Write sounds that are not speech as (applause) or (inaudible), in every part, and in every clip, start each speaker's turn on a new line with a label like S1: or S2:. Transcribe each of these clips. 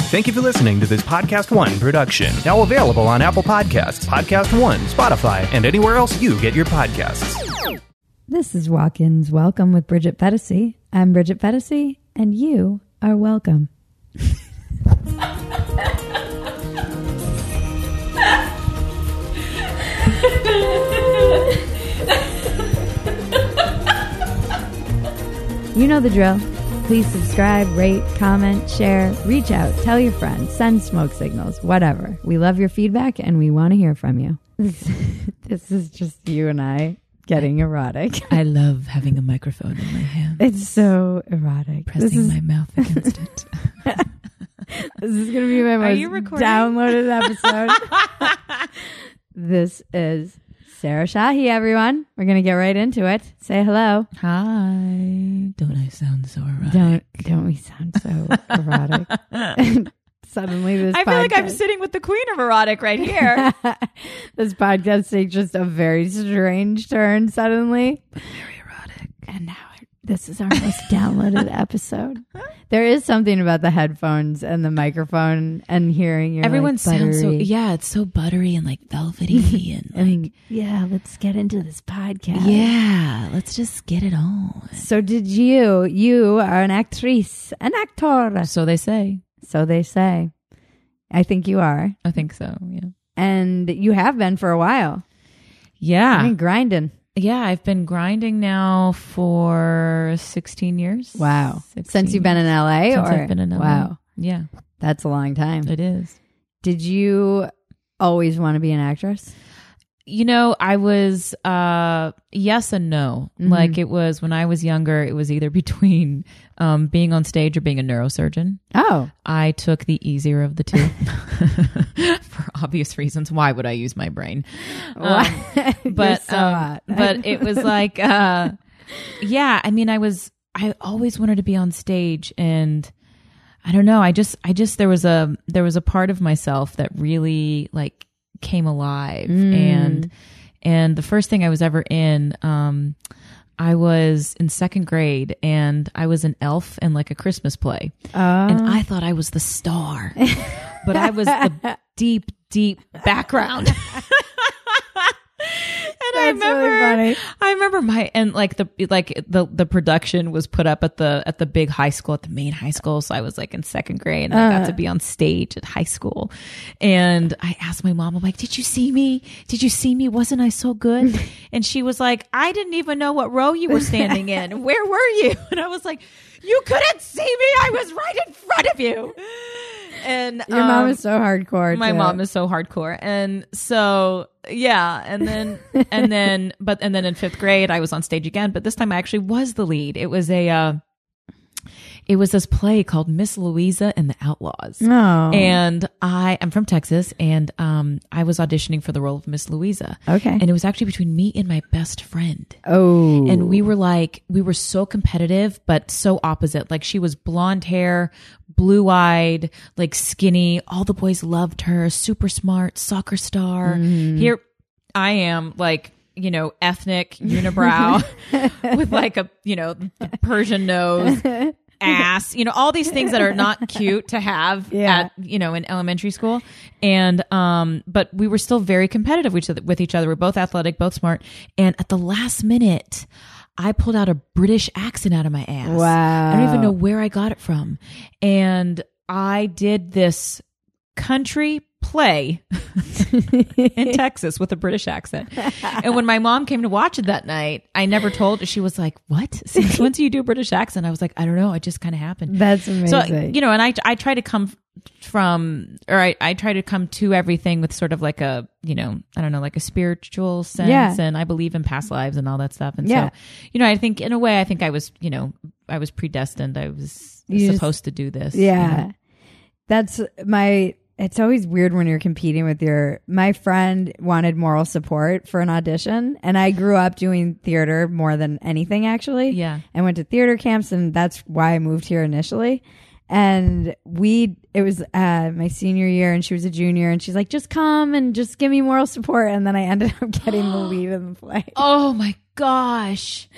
S1: Thank you for listening to this Podcast One production. Now available on Apple Podcasts, Podcast One, Spotify, and anywhere else you get your podcasts.
S2: This is Walk-Ins Welcome with Bridget Fetisi. I'm Bridget Fetisi, and you are welcome. you know the drill. Please subscribe, rate, comment, share, reach out, tell your friends, send smoke signals, whatever. We love your feedback and we want to hear from you. (laughs) this is just you and I getting erotic. (laughs)
S3: I love having a microphone in my hand,
S2: It's so erotic. This
S3: pressing
S2: is,
S3: my mouth against it.
S2: this is going to be my
S3: you
S2: most
S3: recording?
S2: downloaded episode.
S4: (laughs)
S2: this is Sarah Shahi, everyone. We're going to get right into it. Say hello.
S3: (laughs) Hi. Don't I sound so erotic?
S2: Don't don't we sound so erotic? (laughs) and suddenly this
S4: I feel like I'm
S2: podcast-
S4: sitting with the queen of erotic
S3: (laughs)
S4: right here.
S2: this podcast takes just a very strange turn suddenly.
S3: Very erotic.
S2: And now this is our most
S3: (laughs)
S2: downloaded episode. There is something about the headphones and the microphone and hearing your
S3: Everyone
S2: like,
S3: sounds so,
S2: buttery-
S3: yeah, it's so buttery and like (laughs) velvety and like,
S2: And yeah, let's get into this podcast.
S3: yeah, let's just get it on.
S2: So did you? You are an actrice, an actor.
S3: So they say.
S2: So they say. I think you are,
S3: I think so, yeah.
S2: and you have been for a while. I've
S3: Yeah.
S2: been grinding.
S3: Yeah, I've been grinding now for 16 years.
S2: Wow.
S3: 16
S2: Since you've been in LA,
S3: Since
S2: or
S3: I've been in LA.
S2: wow,
S3: Yeah,
S2: that's a long time.
S3: it is.
S2: Did you always want to be an actress?
S3: you know i was uh yes and no like it was when i was younger it was either (laughs) between um being on stage or being a neurosurgeon
S2: Oh,
S3: i took the easier of the two (laughs) for obvious reasons why would i use my brain Um,
S2: (laughs)
S3: but
S2: so
S3: um,
S2: hot. (laughs)
S3: but it was like uh yeah i mean i was i always wanted to be on stage and i don't know i just i just there was a there was a part of myself that really like came alive and and the first thing i was ever in um i was in second grade and i was an elf in like a christmas play
S2: Oh.
S3: and i thought i was the star but i
S2: (laughs)
S3: was the deep deep background (laughs) and i
S2: That's really
S3: remember
S2: funny.
S3: I remember my and like the like the the production was put up at the at the big high school at the main high school. So I was like in second grade and I got
S2: Uh.
S3: to be on stage at high school. And I asked my mom, I'm like, "Did you see me? Did you see me? Wasn't I
S2: (laughs)
S3: so good?" and she was like, "I didn't even know what row you were standing
S2: (laughs)
S3: in. Where were you?" (laughs) And I was like, "You couldn't see me. I was right in front of you." And
S2: your mom
S3: um,
S2: is so hardcore.
S3: my
S2: too.
S3: mom is so hardcore and so yeah
S2: (laughs)
S3: and then and then but and then in fifth grade i was on stage again but this time i actually was the lead it was a uh it was this play called miss louisa and the outlaws
S2: Oh.
S3: and i am from texas and um i was auditioning for the role of miss louisa
S2: Okay.
S3: and it was actually between me and my best friend
S2: oh,
S3: and we were like we were so competitive but so opposite like she was blonde hair blue eyed like skinny all the boys loved her super smart soccer star here i am like you know ethnic unibrow with like a you know persian nose ass you know all these things that are not cute to have
S2: Yeah.
S3: at you know in elementary school and um but we were still very competitive with each other, with each other. we're both athletic both smart and at the last minute I pulled out a British accent out of my ass. I don't even know where I got it from. And I did this country play (laughs) in Texas with a British accent. And when my mom came to watch it that night, I never told her. She was like, What? (laughs) Since when do you do a British accent? I was like, I don't know. It just kind of happened.
S2: that's amazing.
S3: So you know, and I I try to come from or I, I try to come to everything with sort of like a you know I don't know like a spiritual sense
S2: Yeah.
S3: and I believe in past lives and all that stuff and
S2: Yeah.
S3: so you know I think in a way I think I was you know I was predestined I was
S2: You just-
S3: supposed to do this you
S2: Yeah.
S3: know.
S2: That's my it's always weird when you're competing with your my friend wanted moral support for an audition and I grew up doing theater more than anything actually.
S3: Yeah.
S2: I went to theater camps and that's why I moved here initially. and we it was uh, my senior year and she was a junior and she's like just come and just give me moral support and then i ended up (laughs) getting
S3: (gasps)
S2: the lead in the play
S3: Oh my gosh.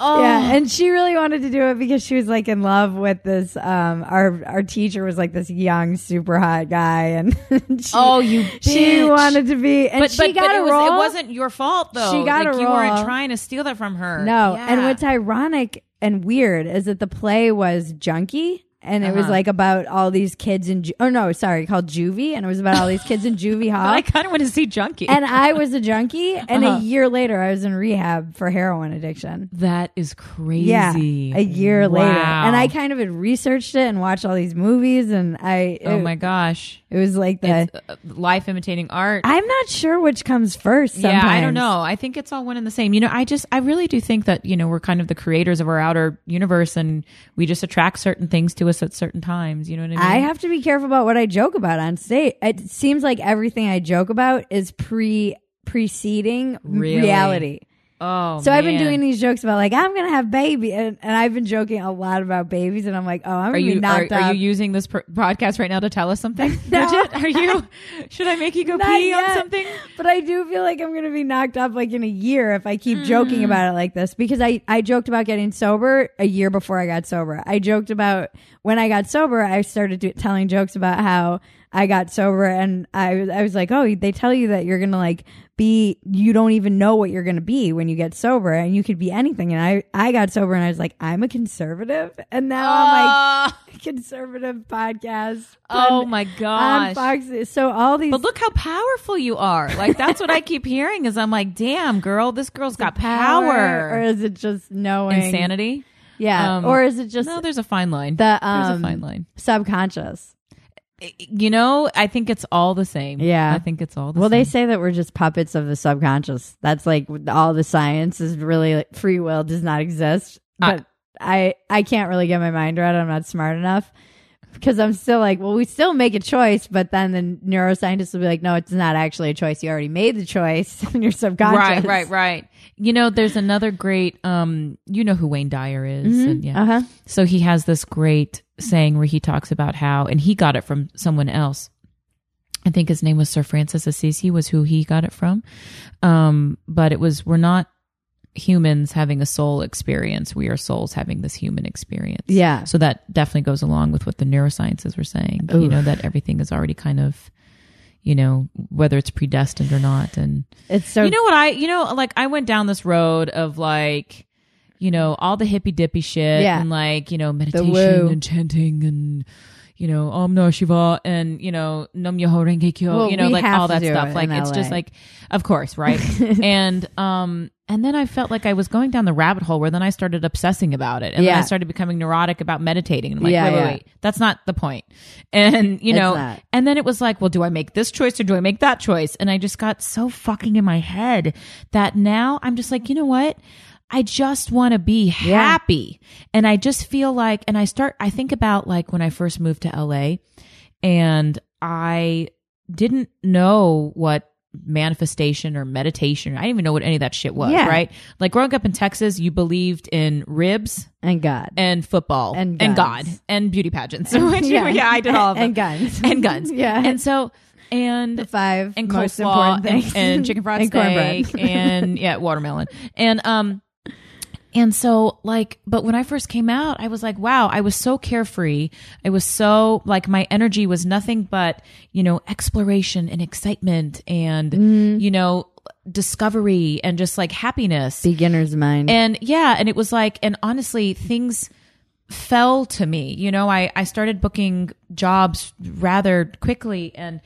S3: Oh.
S2: yeah and she really wanted to do it because she was like in love with this um our our teacher was like this young super hot guy and (laughs) she,
S3: Oh, you
S2: she
S3: bitch.
S2: wanted to be and
S3: but,
S2: she
S3: but,
S2: got
S3: but
S2: a
S3: it, was,
S2: role
S3: it wasn't your fault though.
S2: She got
S3: like,
S2: a
S3: You weren't
S2: role.
S3: trying to steal that from her.
S2: No.
S3: Yeah.
S2: And what's ironic and weird is that the play was Junkie. And it was
S3: Uh-huh.
S2: like about all these kids in, ju- oh no, sorry, called Juvie. And it was about all these kids in
S3: (laughs)
S2: Juvie Hall.
S3: (laughs) I kind of want to see Junkie.
S2: and I was a junkie. And
S3: Uh-huh.
S2: a year later, I was in rehab for heroin addiction.
S3: that is crazy.
S2: Yeah. A year
S3: Wow.
S2: later. And I kind of had researched it and watched all these movies. And I, it,
S3: Oh my gosh.
S2: it was like the,
S3: It's, uh, life imitating art.
S2: I'm not sure which comes first. Sometimes.
S3: Yeah, I don't know. I think it's all one and the same. You know, I just, I really do think that, you know, we're kind of the creators of our outer universe and we just attract certain things to us at certain times. You know what I mean?
S2: I have to be careful about what I joke about on stage. It seems like everything I joke about is pre preceding m-
S3: Really?
S2: reality.
S3: Oh,
S2: So I've been
S3: man.
S2: doing these jokes about like I'm gonna have baby, and, and I've been joking a lot about babies, and I'm like, oh, I'm
S3: Are
S2: gonna be
S3: you are,
S2: knocked
S3: are
S2: up.
S3: you using this pr- podcast right now to tell us something?
S2: (laughs)
S3: Bridget, are you? (laughs) Should I make you go
S2: Not
S3: pee on
S2: yet.
S3: something?
S2: But I do feel like I'm gonna be knocked up like in a year if I keep
S3: Mm.
S2: joking about it like this because I I joked about getting sober a year before I got sober. I joked about when I got sober. I started do, telling jokes about how I got sober and I was I was like, oh, they tell you that you're gonna like be you don't even know what you're gonna be when you get sober and you could be anything. And I I got sober and I was like, I'm a conservative, and now I'm like.
S3: Uh,
S2: conservative podcast.
S3: oh my
S2: on
S3: gosh.
S2: Fox. So all these
S3: But look how powerful you are. Like that's what I keep hearing is I'm like, damn girl,
S2: (laughs)
S3: this girl's got
S2: or
S3: power.
S2: is it just knowing
S3: Insanity.
S2: Yeah,
S3: Um,
S2: or is it just
S3: no, there's a fine line.
S2: the
S3: there's
S2: um
S3: a fine line.
S2: subconscious?
S3: You know, I think it's all the same.
S2: Yeah.
S3: I think it's all the
S2: Well,
S3: same.
S2: they say that we're just puppets of the subconscious. That's like all the science is really like, free will does not exist.
S3: I-
S2: But I I can't really get my mind around. it. I'm not smart enough because I'm still like, well, we still make a choice, but then the neuroscientists will be like, no, it's not actually a choice. You already made the choice (laughs) in your subconscious.
S3: Right, right, right. You know, there's another great um you know who Wayne Dyer is. And yeah.
S2: Uh huh.
S3: So he has this great saying where he talks about how and he got it from someone else. I think his name was Sir Francis Assisi was who he got it from. Um but it was we're not humans having a soul experience. We are souls having this human experience.
S2: Yeah.
S3: So that definitely goes along with what the neurosciences were saying. You know, that everything is already kind of, you know, whether it's predestined or not. And
S2: It's so
S3: you know what I, you know, like I went down this road of like, you know, all the hippy dippy shit
S2: Yeah.
S3: and like, you know, meditation
S2: woo.
S3: and chanting and, you know, Om Namah Shiva and, you know, Nam Yoho Renge Kyo,
S2: Well,
S3: you know,
S2: we
S3: like
S2: have
S3: all
S2: to
S3: that
S2: do
S3: stuff.
S2: it
S3: Like
S2: in
S3: it's just
S2: LA.
S3: like, of course,
S2: (laughs)
S3: right? and, um, and then I felt like I was going down the rabbit hole where then I started obsessing about it. And then
S2: Yeah.
S3: I started becoming neurotic about meditating. And I'm like,
S2: Yeah,
S3: wait, wait,
S2: yeah.
S3: wait. That's not the point. And, you
S2: It's
S3: know,
S2: not.
S3: and then it was like, well, do I make this choice or do I make that choice? And I just got so fucking in my head that now I'm just like, you know what? I just want to be happy. And I just feel like, and I start, I think about like when I first moved to LA and I didn't know what manifestation or meditation, I didn't even know what any of that shit was,
S2: Yeah.
S3: right? Like growing up in Texas, you believed in ribs
S2: and God.
S3: and football
S2: And
S3: God
S2: guns.
S3: and beauty pageants.
S2: (laughs)
S3: (laughs) Which, yeah. I did all of them.
S2: and guns
S3: (laughs) and
S2: (laughs)
S3: guns.
S2: yeah,
S3: And so, and
S2: the five
S3: and
S2: most
S3: coleslaw
S2: important
S3: and-
S2: things, (laughs)
S3: and, chicken fried
S2: and cornbread. (laughs)
S3: steak and yeah, watermelon. And um and so like but when I first came out, I was like, wow, I was so carefree. I was so like my energy was nothing but, you know, exploration and excitement and
S2: Mm-hmm.
S3: you know, discovery and just like happiness.
S2: Beginner's mind.
S3: And yeah, and it was like, and honestly, things fell to me. You know, I, I started booking jobs rather quickly and,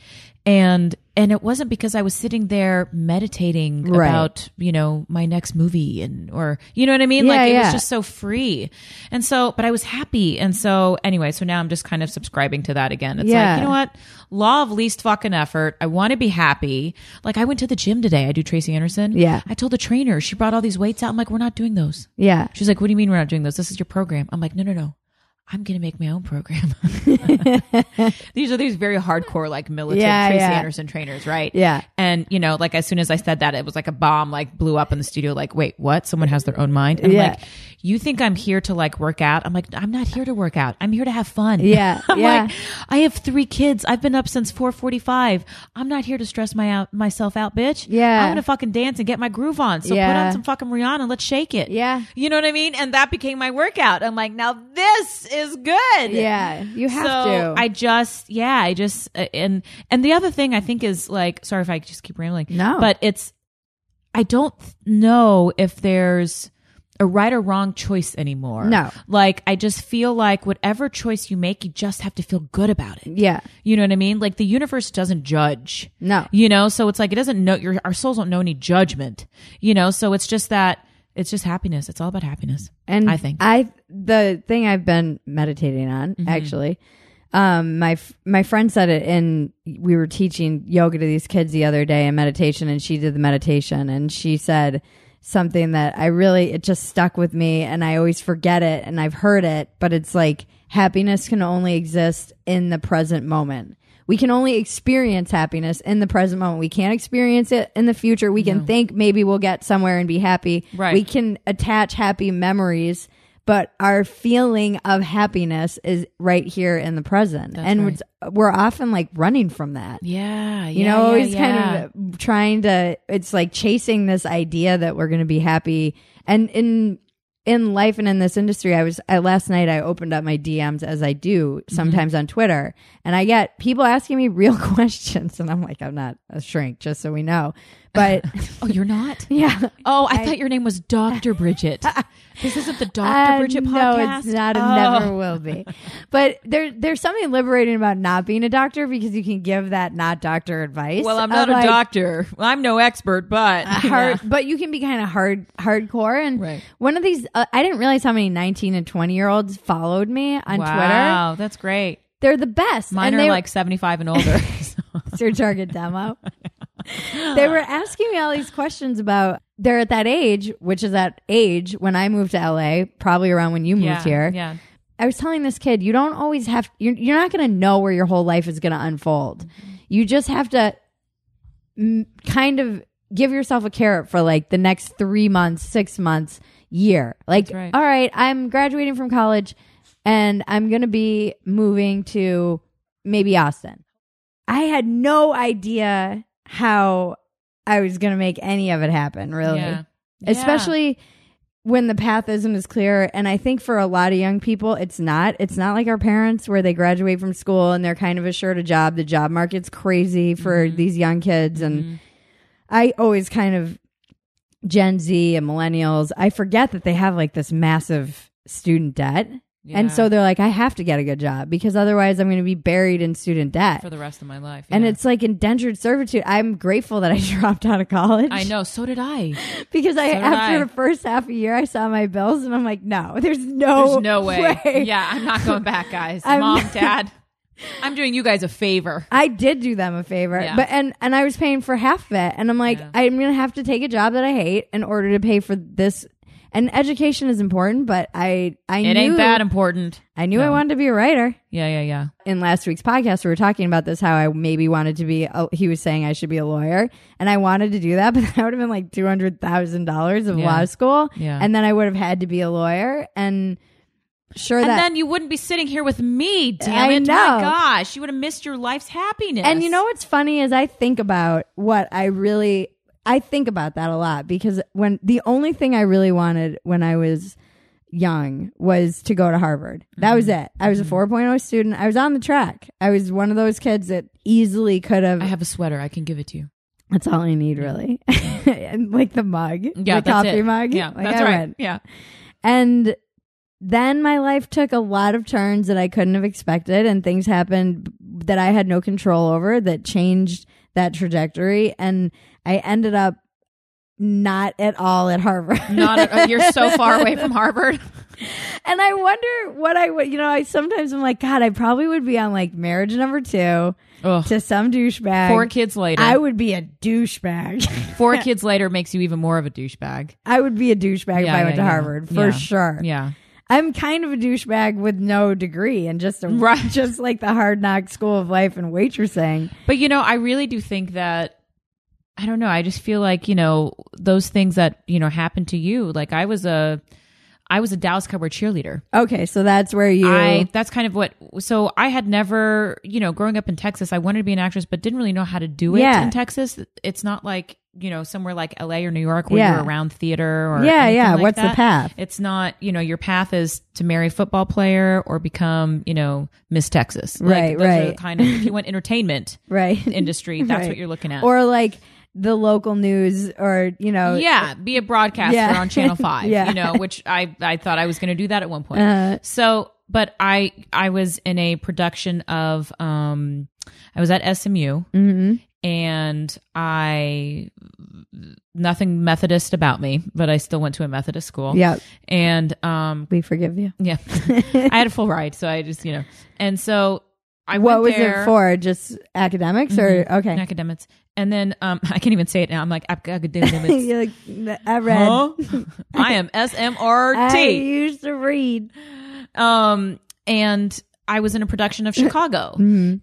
S3: and, and it wasn't because I was sitting there meditating
S2: Right.
S3: about, you know, my next movie and, or, you know what I mean?
S2: Yeah,
S3: like it
S2: yeah.
S3: was just so free. And so, but I was happy. And so anyway, so now I'm just kind of subscribing to that again. It's
S2: Yeah.
S3: like, you know what? Law of least fucking effort. I want to be happy. Like I went to the gym today. I do Tracy Anderson.
S2: Yeah.
S3: I told the trainer, she brought all these weights out. I'm like, we're not doing those.
S2: yeah,
S3: She's like, what do you mean we're not doing those? This is your program. I'm like, no, no, no. I'm going to make my
S2: (laughs)
S3: own program. these are these very hardcore, like militant
S2: Yeah,
S3: Tracy
S2: yeah.
S3: Anderson trainers, right?
S2: Yeah.
S3: And, you know, like as soon as I said that, it was like a bomb, like blew up in the studio, like, wait, what? Someone has their own mind. And I'm
S2: Yeah.
S3: like, you think I'm here to like work out? I'm like, I'm not here to work out. I'm here to have fun.
S2: Yeah,
S3: (laughs) I'm
S2: yeah.
S3: like, I have three kids. I've been up since 445. I'm not here to stress my out, myself out, bitch.
S2: Yeah.
S3: I'm going to fucking dance and get my groove on. So put
S2: Yeah.
S3: on some fucking Rihanna. and Let's shake it.
S2: Yeah.
S3: You know what I mean? And that became my workout. I'm like, now this is good.
S2: Yeah, you have
S3: so
S2: to.
S3: I just, yeah, I just, uh, and, and the other thing I think is like, sorry if I just keep rambling.
S2: No.
S3: But it's, I don't th- know if there's a right or wrong choice anymore.
S2: No.
S3: Like, I just feel like whatever choice you make, you just have to feel good about it.
S2: yeah,
S3: You know what I mean? Like, the universe doesn't judge.
S2: no,
S3: You know, so it's like it doesn't know your our souls don't know any judgment. You know, so it's just that it's just happiness. It's all about happiness.
S2: and
S3: I think. Mm-hmm.
S2: I the thing I've been meditating on actually. Um, my f- my friend said it, and we were teaching yoga to these kids the other day and meditation, and she did the meditation, and she said something that I really it just stuck with me, and I always forget it, and I've heard it, but it's like happiness can only exist in the present moment. We can only experience happiness in the present moment. We can't experience it in the future. We can think maybe we'll get somewhere and be happy.
S3: Right.
S2: We can attach happy memories, but our feeling of happiness is right here in the present. and
S3: right.
S2: it's- we're often like running from that.
S3: Yeah.
S2: You know, always kind of trying to it's like chasing this idea that we're going to be happy. And in in life and in this industry, I was I, last night I opened up my DMs as I do
S3: Mm-hmm.
S2: sometimes on Twitter, and I get people asking me real (laughs) questions, and I'm like, I'm not a shrink, just so we know.
S3: (laughs)
S2: But
S3: Oh,
S2: (laughs)
S3: you're not?
S2: yeah,
S3: Oh, I, thought your name
S2: (laughs)
S3: was Dr. Bridget. this isn't the Dr.
S2: Uh,
S3: Bridget podcast.
S2: No, it's not. It
S3: Oh.
S2: never will
S3: (laughs)
S2: be. But there, there's something liberating about not being a doctor because you can give that not doctor advice.
S3: Well, I'm
S2: of
S3: not a
S2: uh, like,
S3: doctor. I'm no expert, but (laughs)
S2: Hard, but you can be kind of hard, hardcore. And
S3: Right.
S2: one of these, uh, I didn't realize how many 19 and 20 year olds followed me on Twitter.
S3: wow, that's great.
S2: They're the best.
S3: Mine
S2: and
S3: are
S2: they,
S3: like 75 and older. (laughs) So-
S2: it's (laughs) your target
S3: (laughs)
S2: demo. they were asking me all these questions about they're at that age, which is that age when I moved to LA, probably around when you moved
S3: yeah,
S2: here.
S3: Yeah.
S2: I was telling this kid, you don't always have, you're, you're not going to know where your whole life is going to unfold. You just have to m- kind of give yourself a carrot for like the next three months, six months, year. Like,
S3: That's right.
S2: all right, I'm graduating from college and I'm going to be moving to maybe Austin. I had no idea how I was going to make any of it happen, really
S3: Yeah.
S2: especially when the path isn't as clear and i think for a lot of young people it's not it's not like our parents where they graduate from school and they're kind of assured a job the job market's crazy for
S3: Mm-hmm.
S2: these young kids and i always kind of gen z and millennials i forget that they have like this massive student debt
S3: Yeah.
S2: and so they're like i have to get a good job because otherwise i'm going to be buried in student debt
S3: for the rest of my life.
S2: and
S3: yeah.
S2: it's like indentured servitude i'm grateful that i (laughs) dropped out of college
S3: I know, so
S2: (laughs)
S3: did I.
S2: because I
S3: So did
S2: after
S3: I.
S2: the first half a year I saw my bills and I'm like, no, (laughs) there's no,
S3: There's no way. Yeah, I'm not going back, guys.
S2: (laughs) I'm
S3: Mom,
S2: not-
S3: dad, I'm doing you guys a favor.
S2: I did do them a favor,
S3: Yeah.
S2: but and and I was paying for half of it, and I'm like, I'm gonna have to take a job that I hate in order to pay for this. And education is important, but I I
S3: It
S2: knew
S3: ain't that important.
S2: I knew I wanted to be a writer.
S3: Yeah, yeah, yeah.
S2: in last week's podcast, we were talking about this how I maybe wanted to be. A, he was saying I should be a lawyer, and I wanted to do that, (laughs) but that would have been like two hundred thousand dollars of
S3: Yeah.
S2: law school,
S3: Yeah.
S2: and then I would have had to be a lawyer. And sure
S3: And
S2: that,
S3: then you wouldn't be sitting here with me, damn
S2: I
S3: it.
S2: know.
S3: My gosh, you would have missed your life's happiness.
S2: and you know what's funny is I think about what I really I think about that a lot because when the only thing I really wanted when I was young was to go to Harvard. That was
S3: Mm-hmm.
S2: it. I was a 4.0 student. I was on the track. I was one of those kids that easily could have
S3: I have a sweater. I can give it to you.
S2: That's all I need, really. (laughs) and like the mug,
S3: Yeah,
S2: the
S3: that's
S2: coffee
S3: it.
S2: mug.
S3: Yeah,
S2: Like,
S3: that's
S2: I
S3: right.
S2: went.
S3: Yeah,
S2: And then my life took a lot of turns that I couldn't have expected, and things happened that I had no control over that changed that trajectory, and I ended up not at all at Harvard.
S3: not a, oh, you're so far away from Harvard.
S2: (laughs) and I wonder what I would, you know, I sometimes I'm like, God, I probably would be on like marriage number two
S3: Ugh.
S2: to some douchebag.
S3: Four kids later.
S2: I would be a douchebag. (laughs)
S3: four kids later makes you even more of a douchebag.
S2: I would be a douchebag
S3: Yeah,
S2: if I
S3: yeah,
S2: went to
S3: yeah.
S2: Harvard for
S3: Yeah.
S2: sure.
S3: Yeah,
S2: I'm kind of a douchebag with no degree and just a, (laughs)
S3: Right.
S2: just like the hard knock school of life and waitressing.
S3: But you know, I really do think that I don't know, I just feel like, you know, those things that, you know, happened to you. Like I was a I was a Dallas Cowboy cheerleader.
S2: Okay, so that's where you
S3: I that's kind of what so I had never, you know, growing up in Texas, I wanted to be an actress but didn't really know how to do it
S2: Yeah.
S3: in Texas. It's not like, you know, somewhere like LA or New York where
S2: Yeah.
S3: you're around theater or
S2: Yeah,
S3: anything
S2: yeah.
S3: like
S2: What's the
S3: that.
S2: path?
S3: It's not, you know, your path is to marry a football player or become, you know, Miss Texas. Like,
S2: Right,
S3: those Are the
S2: right.
S3: kind of if you want entertainment (laughs)
S2: right
S3: industry, that's
S2: Right.
S3: what you're looking at. Oh,
S2: or like the local news or you know
S3: yeah, be a broadcaster
S2: Yeah. (laughs)
S3: on Channel Five.
S2: Yeah. Uh-huh.
S3: You know, which I I thought I was going to do that at one point.
S2: uh,
S3: So, but I I was in a production of um I was at SMU
S2: mm-hmm.
S3: and I nothing Methodist about me, but I still went to a Methodist school.
S2: Yep.
S3: and um
S2: we forgive you.
S3: yeah, (laughs) I had a full ride, so I just you know, and so. I
S2: what
S3: went
S2: was
S3: there- Mm-hmm.
S2: it for? Just academics or okay?
S3: and academics. And then um, (laughs) I can't even say it now. I'm like ac- academics.
S2: (laughs) You're like, "N- I read.
S3: Huh? (laughs) I am
S2: I
S3: SMRT.
S2: used to read.
S3: Um, and I was in a production of Chicago,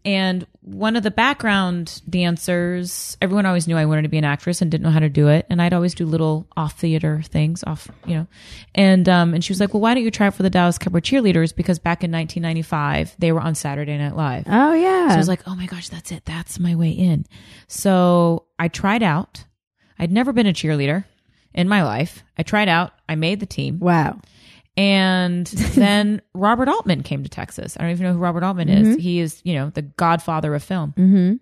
S3: and one of the background dancers. Everyone always knew I wanted to be an actress and didn't know how to do it, and I'd always do little off theater things, off you know. And um, and she was like, "Well, why don't you try for the Dallas Cowboy Cheerleaders? Because back in 1995, they were on Saturday Night Live."
S2: Oh yeah.
S3: So I was like, oh my gosh, that's it. That's my way in. So I tried out. I'd never been a cheerleader in my life. I tried out. I made the team.
S2: wow.
S3: And then Robert Altman came to Texas. I don't even know who Robert Altman is. He is, you know, the godfather of film. Mm-hmm.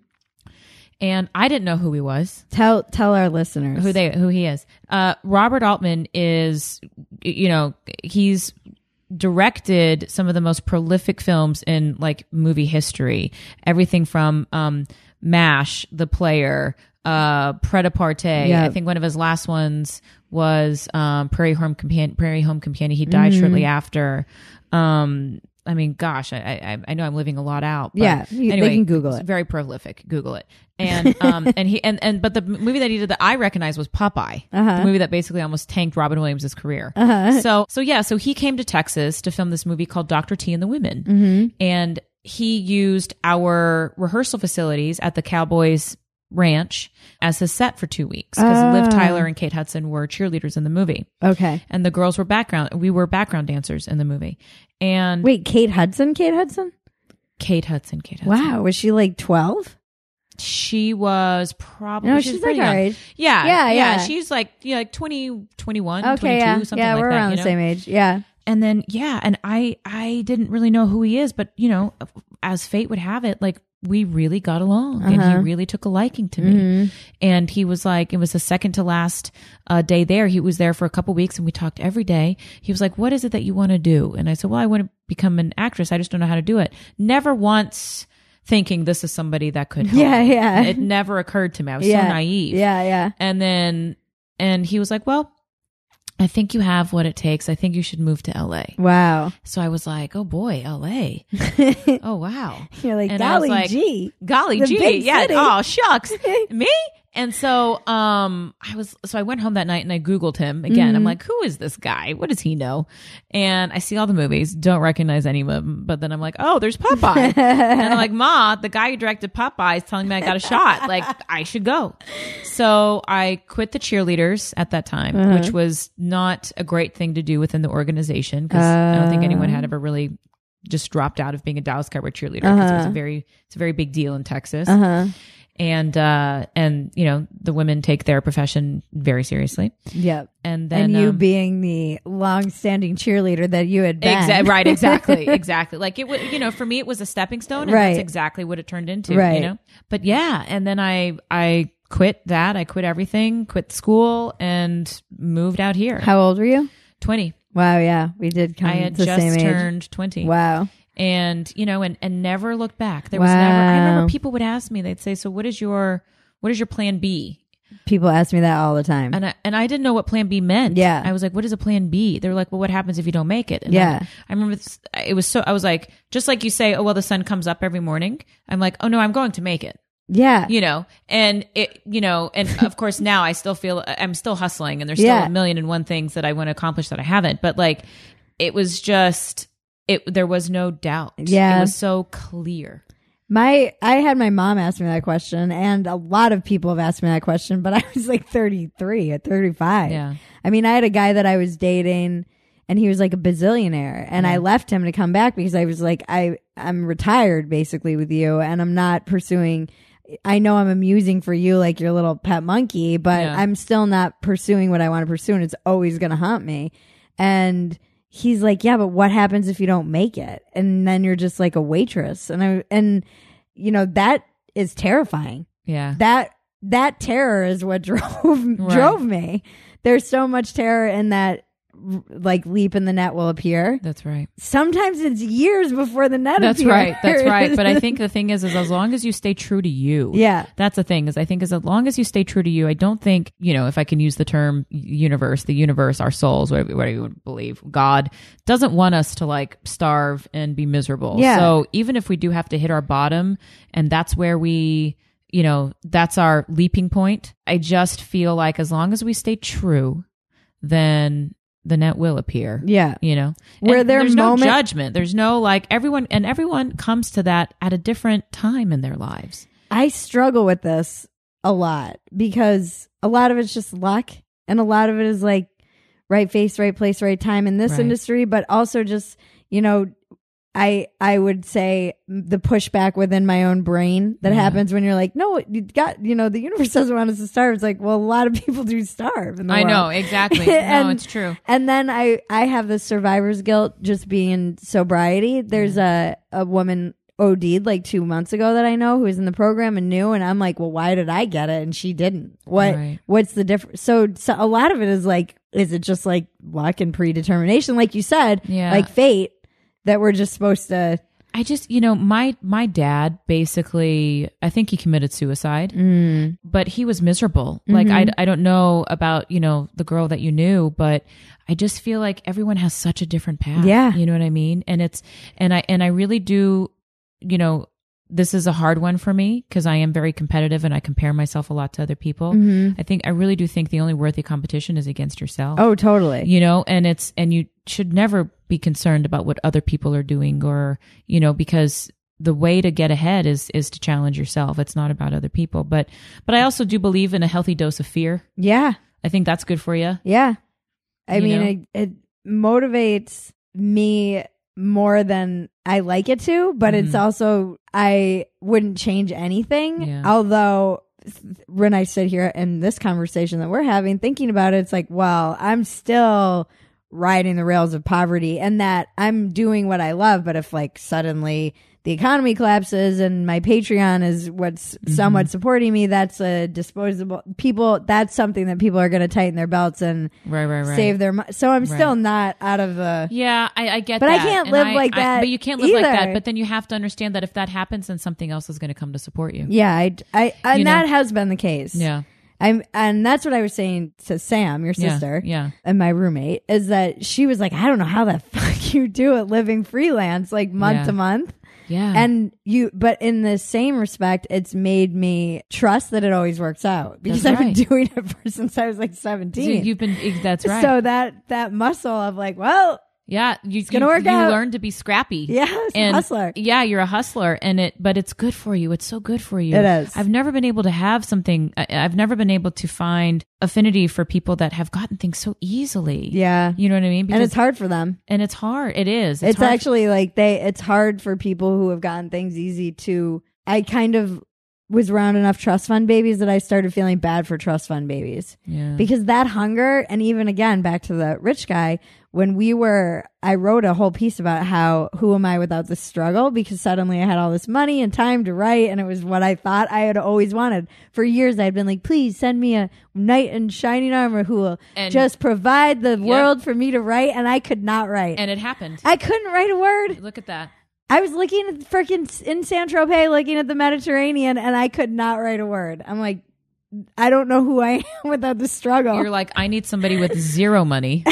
S3: And I didn't know who he was
S2: Tell tell our listeners
S3: who they who he is. Uh, Robert Altman is, you know, he's directed some of the most prolific films in like movie history. Everything from um, Mash, The Player, uh, Pret a Porter.
S2: Yeah.
S3: I think one of his last ones was um, Prairie Home Companion. Prairie Home Companion. He died shortly after. Um, I mean, gosh, I, I I know I'm living a lot out. But
S2: Yeah, you- they can Google
S3: it's
S2: it.
S3: Very prolific. Google it. And um
S2: (laughs)
S3: and he and and but the movie that he did that I recognized was Popeye,
S2: Uh-huh.
S3: the movie that basically almost tanked Robin Williams' career. So so yeah, so he came to Texas to film this movie called Doctor T and the Women,
S2: Mm-hmm.
S3: and he used our rehearsal facilities at the Cowboys Ranch as his set for two weeks because
S2: Ah.
S3: Liv Tyler and Kate Hudson were cheerleaders in the movie,
S2: Okay.
S3: and the girls were background. We were background dancers in the movie, and
S2: Wait, Kate Hudson. Kate Hudson.
S3: Kate Hudson, Kate Hudson.
S2: Wow, was she like twelve?
S3: She was probably
S2: No,
S3: she was
S2: she's
S3: pretty
S2: like our
S3: young.
S2: age.
S3: Yeah,
S2: Yeah, yeah.
S3: She's like yeah, like 20, 21,
S2: Okay,
S3: 22,
S2: yeah,
S3: something
S2: yeah,
S3: like
S2: we're
S3: that.
S2: around
S3: you
S2: the
S3: know?
S2: same age. Yeah,
S3: And then yeah, and I I didn't really know who he is, but you know, as fate would have it, like we really got along and
S2: Uh-huh.
S3: he really took a liking to me.
S2: Mm-hmm.
S3: And he was like, it was the second to last uh, day there. He was there for a couple weeks and we talked every day. He was like, What is it that you want to do? And I said, Well, I want to become an actress. I just don't know how to do it. Never once thinking this is somebody that could help.
S2: Yeah,
S3: me.
S2: yeah.
S3: It never occurred to me. I was
S2: yeah,
S3: so naive.
S2: Yeah, yeah.
S3: And then, and he was like, well, I think you have what it takes. I think you should move to LA.
S2: Wow.
S3: So I was like, oh boy,
S2: (laughs)
S3: LA. oh wow.
S2: You're like,
S3: And I was
S2: golly
S3: like,
S2: gee.
S3: Golly
S2: The
S3: gee.
S2: big
S3: yeah.
S2: city. (laughs)
S3: Oh shucks. Me? And so um I was so I went home that night and I Googled him again. I'm like, who is this guy? What does he know? And I see all the movies, don't recognize any of them, but then I'm like, oh, there's Popeye. and I'm like, Ma, the guy who directed Popeye is telling me I got a shot. Like, I should go. So I quit the cheerleaders at that time, which was not a great thing to do within the organization because I don't think anyone had ever really just dropped out of being a Dallas Cowboy cheerleader because it was a very it's a very big deal in Texas. And uh and you know, the women take their profession very seriously.
S2: Yep.
S3: And then
S2: And you
S3: um,
S2: being the long-standing cheerleader that you had been.
S3: Exa- (laughs)
S2: (laughs)
S3: right, exactly, exactly. Like it would, you know, for me, it was a stepping stone, and
S2: Right.
S3: that's exactly what it turned into,
S2: Right.
S3: you know. But yeah, and then I, I quit that. I quit everything, quit school, and moved out here.
S2: How old were you?
S3: twenty?
S2: Wow. Yeah, we did come
S3: I had
S2: the same
S3: just
S2: age.
S3: turned twenty.
S2: Wow.
S3: and you know and and never looked back there was never i
S2: Wow.
S3: remember people would ask me they'd say so what is your what is your plan b
S2: People ask me that all the time.
S3: and I, and I didn't know what plan B meant.
S2: Yeah.
S3: I was like, what is a plan B? They were like, well, what happens if you don't make it? And
S2: Yeah.
S3: I, I remember this, it was so, I was like, just like you say, oh, well, the sun comes up every morning. I'm like, oh no, I'm going to make it,
S2: yeah.
S3: you know? And it, you know, and of course now I still feel, I'm still hustling and there's still
S2: Yeah.
S3: a million and one things that I want to accomplish that I haven't, but like, it was just it there was no doubt.
S2: Yeah.
S3: It was so clear.
S2: My I had my mom ask me that question, and a lot of people have asked me that question, but I was like 33 at 35.
S3: Yeah.
S2: I mean, I had a guy that I was dating, and he was like a bazillionaire, and I left him to come back because I was like, I I'm retired basically with you, and I'm not pursuing. I know I'm amusing for you, like your little pet monkey, but
S3: Yeah.
S2: I'm still not pursuing what I want to pursue, and it's always going to haunt me. And he's like, "Yeah, but what happens if you don't make it?" And then you're just like a waitress, and I and you know that is terrifying.
S3: Yeah.
S2: That that terror is what (laughs) drove drove me. There's so much terror in that, r- like leap in the net will appear.
S3: That's right.
S2: Sometimes it's years before the net.
S3: That's
S2: appears.
S3: right. That's right. But
S2: (laughs)
S3: I think the thing is, is as long as you stay true to you,
S2: Yeah.
S3: that's the thing. Is I think is as long as you stay true to you, I don't think you know if I can use the term universe, the universe, our souls, whatever, whatever you would believe, God doesn't want us to like starve and be miserable.
S2: Yeah.
S3: So even if we do have to hit our bottom, and that's where we. You know, that's our leaping point. I just feel like as long as we stay true, then the net will appear
S2: yeah.
S3: you know
S2: Where
S3: And
S2: there are
S3: there's
S2: moment-
S3: no judgment there's no like everyone and everyone comes to that at a different time in their lives
S2: I struggle with this a lot because a lot of it's just luck and a lot of it is like right face, right place, right time in this
S3: Right.
S2: industry, but also just, you know, I I would say the pushback within my own brain that
S3: Yeah.
S2: happens when you're like, no, you got, you know, the universe (laughs) doesn't want us to starve. It's like, well, a lot of people do starve. In the
S3: i know
S2: world.
S3: (laughs) exactly
S2: And-
S3: no it's true
S2: And then I I have this survivor's guilt just being in sobriety. There's
S3: Mm-hmm.
S2: a a woman OD'd like two months ago that I know who was in the program and knew, and I'm like, well, why did I get it and she didn't? What
S3: Right.
S2: what's the difference? So, so a lot of it is like, is it just like luck and predetermination, like you said,
S3: Yeah.
S2: like fate that we're just supposed to?
S3: i just you know my my dad basically i think he committed suicide but he was miserable like I, I don't know about you know the girl that you knew but i just feel like everyone has such a different path
S2: Yeah.
S3: you know what i mean and it's and i and i really do you know this is a hard one for me because i am very competitive and i compare myself a lot to other people
S2: Mm-hmm.
S3: i think i really do think the only worthy competition is against yourself
S2: Oh, totally.
S3: you know and it's and you should never be concerned about what other people are doing or you know because the way to get ahead is is to challenge yourself it's not about other people but but i also do believe in a healthy dose of fear
S2: yeah.
S3: i think that's good for you
S2: Yeah. I
S3: You
S2: mean, it, it motivates me more than I like it to, but
S3: Mm-hmm.
S2: it's also, I wouldn't change anything.
S3: Yeah.
S2: Although, th- when I sit here in this conversation that we're having, thinking about it, it's like, well, I'm still riding the rails of poverty and that I'm doing what I love. But if, like, suddenly the economy collapses and my Patreon is what's somewhat
S3: Mm-hmm.
S2: supporting me, that's a disposable people, that's something that people are going to tighten their belts and
S3: right right right
S2: save their money. So I'm still not out of the.
S3: yeah i, I get
S2: But I
S3: that.
S2: can't
S3: And
S2: live like that
S3: but you can't live like
S2: either.
S3: that but then you have to understand that if that happens then something else is going to come to support you
S2: Yeah, I, I, and
S3: You know.
S2: that has been the case.
S3: yeah
S2: I'm, and that's what I was saying to Sam, your
S3: yeah,
S2: sister,
S3: yeah
S2: and my roommate, is that she was like, I don't know how the (laughs) fuck you do it living freelance, like month
S3: Yeah.
S2: to month.
S3: yeah
S2: And you, but in the same respect, it's made me trust that it always works out because
S3: That's
S2: I've been
S3: right.
S2: doing it for, since I was like
S3: So
S2: 17.
S3: you've been e, that's right
S2: So that, that muscle of like, well,
S3: yeah you,
S2: gonna
S3: you,
S2: work
S3: you
S2: out.
S3: learn to be scrappy
S2: yes,
S3: (laughs) and
S2: hustler.
S3: Yeah, you're a hustler, and it, but it's good for you. It's so good for you.
S2: It is.
S3: I've never been able to have something. I, I've never been able to find affinity for people that have gotten things so easily.
S2: Yeah.
S3: you know what I mean.
S2: and it's hard for them.
S3: And it's hard. It is.
S2: it's,
S3: hard.
S2: actually like they it's hard for people who have gotten things easy to i kind of was around enough trust fund babies that i started feeling bad for trust fund babies
S3: Yeah.
S2: because that hunger and even again back to the rich guy when we were i wrote a whole piece about how who am i without the struggle because suddenly i had all this money and time to write and it was what i thought i had always wanted for years i'd been like please send me a knight in shining armor who will
S3: And-
S2: just provide the world for me to write and i could not write
S3: and it happened.
S2: I couldn't write a word.
S3: Look at that.
S2: I was looking at freaking in San Tropez, looking at the Mediterranean, and I could not write a word. I'm like, I don't know who I (laughs) am without the struggle.
S3: You're like, I need
S2: (laughs)
S3: somebody with zero money.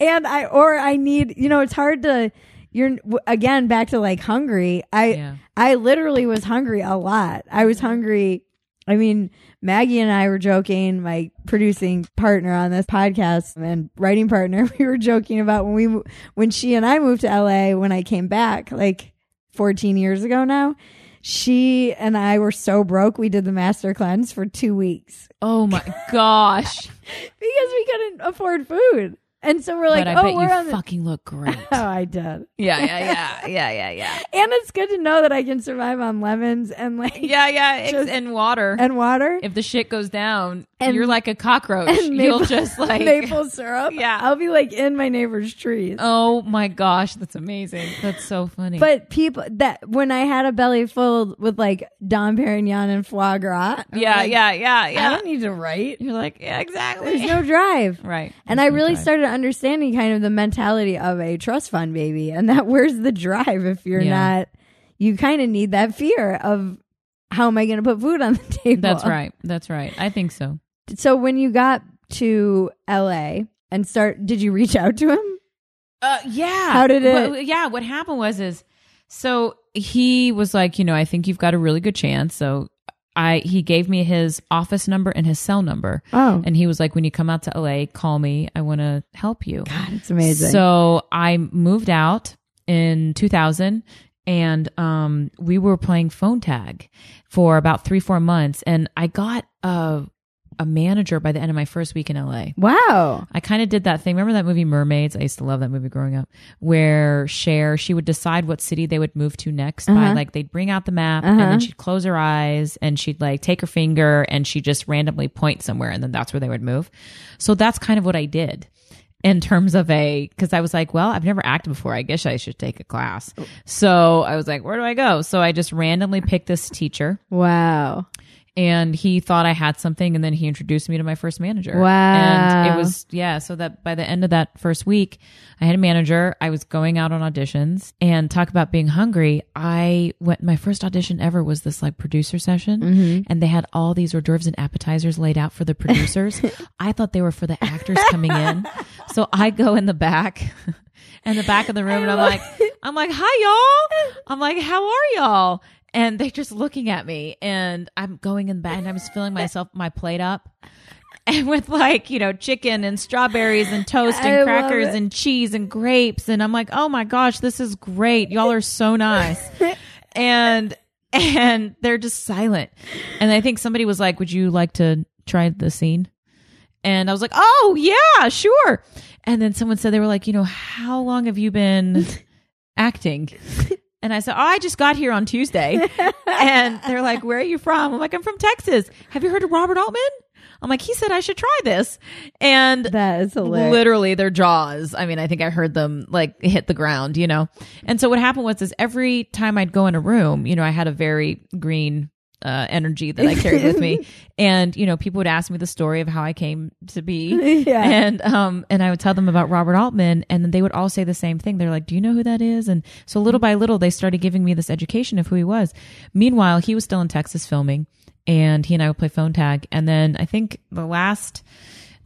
S2: and I, or I need, you know, it's hard to, you're w- again back to like hungry. I,
S3: Yeah.
S2: I literally was hungry a lot. I was hungry I mean, Maggie and I were joking, my producing partner on this podcast and writing partner, (laughs) we were joking about when we mo- when she and I moved to LA when I came back like 14 years ago now. She and I were so broke, we did the master cleanse for 2 weeks
S3: Oh my gosh.
S2: because we couldn't afford food. And so we're (laughs) like,
S3: but I
S2: "Oh,
S3: bet
S2: we're on
S3: you
S2: the-
S3: fucking
S2: (laughs)
S3: look great.
S2: Oh, I did.
S3: Yeah, yeah, yeah, yeah,
S2: (laughs)
S3: yeah, yeah,
S2: And it's good to know that I can survive on lemons and like
S3: (laughs) yeah, yeah. it's-
S2: Just-
S3: and water.
S2: and water.
S3: if the shit goes down,
S2: And-
S3: you're like a cockroach.
S2: and (laughs) maple-
S3: You'll (laughs) just like.
S2: maple syrup.
S3: Yeah.
S2: I'll be like in my neighbor's trees.
S3: Oh my gosh, that's amazing. That's so funny.
S2: But people that when I had a belly full with like Dom Perignon and foie gras, I'm
S3: yeah,
S2: like,
S3: yeah, yeah,
S2: I
S3: yeah.
S2: don't need to write.
S3: You're like, yeah,
S2: There's
S3: exactly.
S2: no drive.
S3: (laughs) right.
S2: And I really
S3: started.
S2: started understanding kind of the mentality of a trust fund baby and that (laughs) where's the drive if you're
S3: Yeah.
S2: not, you kind of need that fear of how am I going to put food on the (laughs) table?
S3: That's right. That's right. I think so.
S2: So when you got to LA and start, did you reach out to him?
S3: Uh, yeah.
S2: How did
S3: Well,
S2: it-
S3: yeah. What happened was is so he was like, you know, I think you've got a really good chance. So I he gave me his office number and his cell number,
S2: Oh,
S3: and he was like, when you come out to LA, call me. I want to help you.
S2: God, it's amazing.
S3: So I moved out in 2000 and um, we were playing phone tag for about three, four months. And I got a, a manager by the end of my first week in LA.
S2: wow.
S3: I kind of did that thing. Remember that movie Mermaids? I used to love that movie growing up, where Cher, she would decide what city they would move to next by
S2: Uh-huh.
S3: like they'd bring out the map and
S2: Uh-huh.
S3: then she'd close her eyes and she'd like take her finger and she'd just randomly point somewhere and then that's where they would move. So that's kind of what I did in terms of a because I was like, well, I've never acted before. I guess I should take a class. So I was like, where do I go? So I just randomly picked this teacher
S2: Wow.
S3: and he thought I had something, and then he introduced me to my first manager.
S2: Wow.
S3: And it was yeah. So that by the end of that first week, I had a manager. I was going out on auditions, and talk about being hungry. I went. My first audition ever was this like producer session, and they had all these hors d'oeuvres and appetizers laid out for the producers. I thought they were for the actors coming in, so I go in the back. (laughs) In the back of the room, and I'm like, I'm like, hi y'all. I'm like, how are y'all? and they're just looking at me and i'm going in the back and i'm just filling myself my plate up (laughs) and with like you know chicken and strawberries
S2: (gasps)
S3: and toast
S2: I
S3: and
S2: love
S3: crackers
S2: it.
S3: and cheese and grapes and i'm like oh my gosh this is great y'all are
S2: (laughs)
S3: so nice and and they're just silent and i think somebody was like would you like to try the scene and I was like, "Oh yeah, sure." And then someone said they were like, "You know, how long have you been acting?" And I said, "Oh, I just got here on Tuesday." and they're like, "Where are you from?" I'm like, "I'm from Texas." Have you heard of Robert Altman? I'm like, "He said I should try this." And
S2: That is hilarious.
S3: literally their jaws. I mean, I think I heard them like hit the ground, you know? And so what happened was is every time I'd go in a room, you know, I had a very green uh, energy that I carried with me. And, you know, people would ask me the story of how I came to be.
S2: Yeah.
S3: And, um, and I would tell them about Robert Altman and then they would all say the same thing. They're like, do you know who that is? And so little by little, they started giving me this education of who he was. Meanwhile, he was still in Texas filming and he and I would play phone tag. And then I think the last,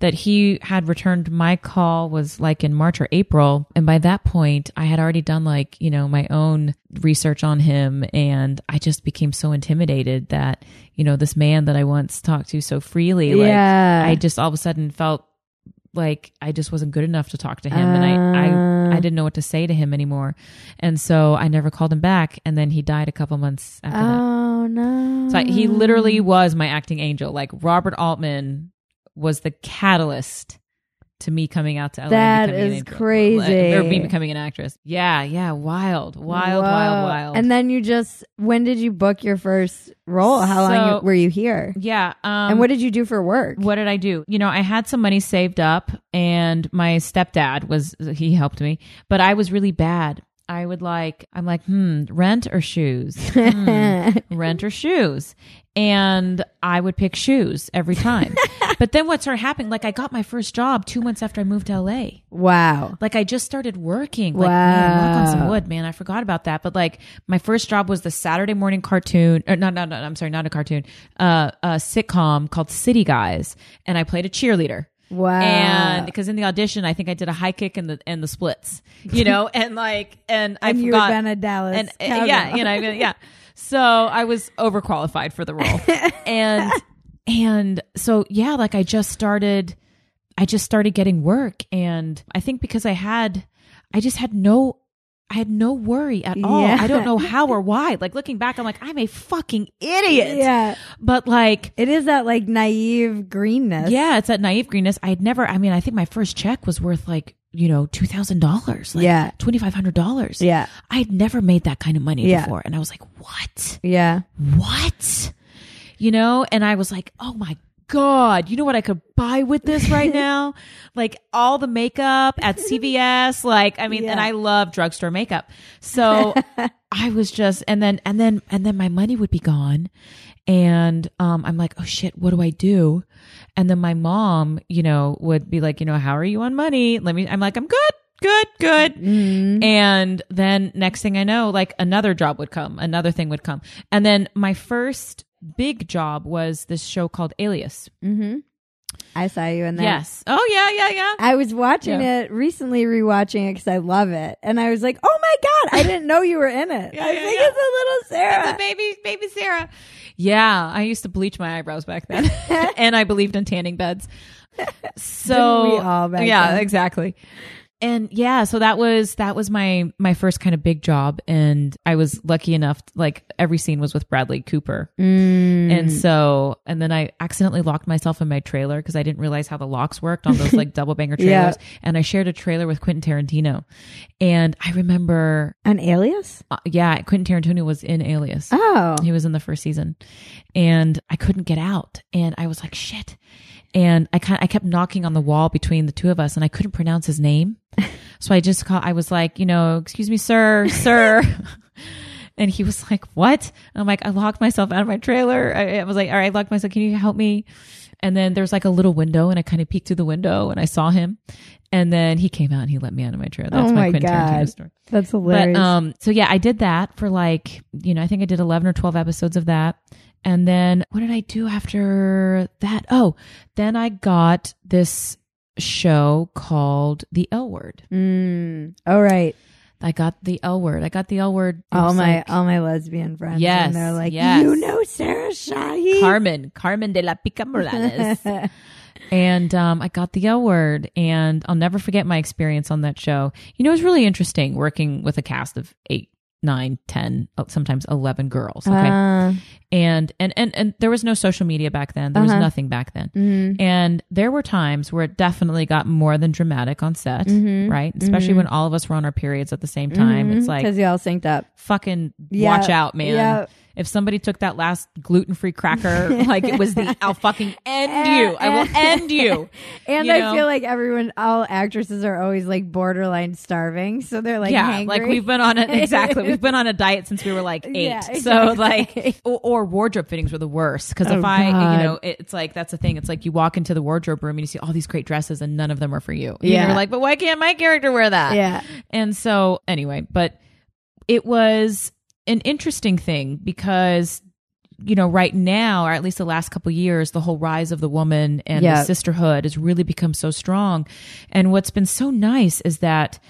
S3: that he had returned my call was like in March or April. And by that point, I had already done like, you know, my own research on him. And I just became so intimidated that, you know, this man that I once talked to so freely, like,
S2: Yeah.
S3: I just all of a sudden felt like I just wasn't good enough to talk to him. and I, I, I didn't know what to say to him anymore. And so I never called him back. And then he died a couple months after that.
S2: Oh no.
S3: So I, he literally
S2: Um.
S3: was my acting angel. Like Robert Altman was the catalyst to me coming out to LA. and
S2: That
S3: becoming an
S2: is
S3: angel. Like, or me
S2: crazy.
S3: becoming an actress. Yeah, yeah, wild, wild,
S2: Whoa.
S3: wild, wild.
S2: And then you just when did you book your first role? How long
S3: So-
S2: you- were you here?
S3: yeah, um,
S2: and what did you do for work?
S3: what did I do? You know, I had some money saved up, and my stepdad was he helped me, but I was really bad. I would like, I'm like, hmm, rent or shoes, Hmm, rent or shoes, and I would pick shoes every time. but then what started happening? Like, I got my first job two months after I moved to LA.
S2: Wow.
S3: Like I just started working. Like man, knock on some
S2: Wow.
S3: wood, man. I forgot about that. But like my first job was the Saturday morning cartoon. Or no, no, no. I'm sorry, not a cartoon. Uh, a sitcom called City Guys, and I played a cheerleader.
S2: Wow.
S3: And because in the audition, I think I did a high kick and the and the splits, you
S2: (laughs)
S3: know, and like and I
S2: And you
S3: forgot
S2: were Ben a Dallas
S3: and uh,
S2: cowgirl.
S3: yeah,
S2: (laughs)
S3: you know, I mean, yeah. So I was overqualified for
S2: (laughs)
S3: the role, and and so yeah, like I just started, I just started getting work, and I think because I had, I just had no. I had no worry at all.
S2: Yeah.
S3: I
S2: (laughs)
S3: don't know how or why. Like looking back, I'm like, I'm a fucking idiot.
S2: Yeah.
S3: But like,
S2: It is that like naive greenness.
S3: yeah, it's that naive greenness. I had never, I mean, I think my first check was worth like, you know, $2,000, like
S2: Yeah.
S3: $2,500.
S2: Yeah.
S3: I had never made that kind of money
S2: Yeah.
S3: before. And I was like, what?
S2: Yeah.
S3: What? You know? And I was like, oh my God, you know what I could buy with this right now? like all the makeup at CVS. Like, I mean, and
S2: Yeah.
S3: I love drugstore makeup. So I was just, and then, and then, and then my money would be gone. And, um, I'm like, oh shit, what do I do? And then my mom, you know, would be like, you know, how are you on money? Let me, I'm like, I'm good, good, good. And then next thing I know, like another job would come, another thing would come. And then my first big job was this show called Alias.
S2: Mm-hmm. I saw you in that.
S3: Yes. Oh yeah, yeah, yeah.
S2: I was watching
S3: Yeah.
S2: it recently, rewatching it because I love it, and I was like, "Oh my
S3: (laughs)
S2: god, I didn't know you were in it."
S3: Yeah,
S2: I
S3: yeah,
S2: think
S3: yeah.
S2: it's a little (laughs) Sarah.
S3: baby, baby Sarah. Yeah, I used to bleach my eyebrows back then, (laughs) and I believed in tanning beds. So
S2: Didn't we all back
S3: yeah,
S2: then?
S3: exactly. And yeah, so that was that was my my first kind of big job, and I was lucky enough. Like every scene was with Bradley Cooper,
S2: Mm.
S3: and so and then I accidentally locked myself in my trailer because I didn't realize how the locks worked on
S2: (laughs)
S3: those like double banger
S2: Yeah.
S3: trailers. And I shared a trailer with Quentin Tarantino, and I remember,
S2: An alias?
S3: uh, yeah, Quentin Tarantino was in Alias.
S2: Oh,
S3: He was in the first season, and I couldn't get out, and I was like, "Shit!" And I kind I kept knocking on the wall between the two of us, and I couldn't pronounce
S2: (laughs)
S3: his name, so I just called. I was like, "You know, excuse me, sir,
S2: (laughs)
S3: sir," and he was like, "What?" And I'm like, "I locked myself out of my trailer." I, I was like, "All right, I locked myself. Can you help me?" And then there's like a little window, and I kind of peeked through the window, and I saw him. And then he came out and he let me out of my trailer. That's
S2: Oh my
S3: my, Quentin
S2: God.
S3: Tarantino story.
S2: that's
S3: But
S2: hilarious.
S3: um, so yeah, I did that for like you know I think I did eleven or twelve episodes of that, and then what did I do after that? Oh, then I got this show called The L Word.
S2: mm. All right,
S3: I got The L Word. I got The L Word. It
S2: all
S3: was
S2: Oh, my
S3: like
S2: all my lesbian friends.
S3: Yes,
S2: and they're like,
S3: yes.
S2: "You know Sarah Shahi?"
S3: Carmen, Carmen de la
S2: (laughs)
S3: Pica Morales. and um, I got the L word, and I'll never forget my experience on that show. You know, it was really interesting working with a cast of eight, nine, ten, oh, sometimes eleven girls. Okay,
S2: Uh,
S3: and and and and there was no social media back then. There was
S2: Uh-huh.
S3: nothing back then,
S2: mm,
S3: and there were times where it definitely got more than dramatic on set,
S2: Mhm.
S3: right? Especially when all of us were on our periods at the same time. It's like
S2: because you all synced up.
S3: fucking
S2: Mm-hmm. Yeah,
S3: watch out, man.
S2: yeah.
S3: If somebody took that last gluten
S2: (laughs)
S3: free cracker, like it was the I'll fucking end you. I will end you.
S2: And
S3: You
S2: I
S3: know?
S2: feel like everyone, all actresses are always like borderline starving, so they're like,
S3: yeah,
S2: hangry.
S3: like we've been on a exactly. We've been on a diet since we were like eight.
S2: (laughs) Yeah,
S3: So
S2: exactly.
S3: like, or, or wardrobe fittings were the worst because
S2: Oh,
S3: if I,
S2: God.
S3: you know, it- it's like that's the thing. It's like you walk into the wardrobe room and you see all these great dresses and none of them are for you. You know,
S2: Yeah.
S3: you're like, but why can't my character wear
S2: (laughs)
S3: that?
S2: yeah,
S3: And so anyway, but it was an interesting thing because you know right now or at least the last couple years the whole rise of the woman and
S2: Yeah.
S3: the sisterhood has really become so strong and what's been so nice is that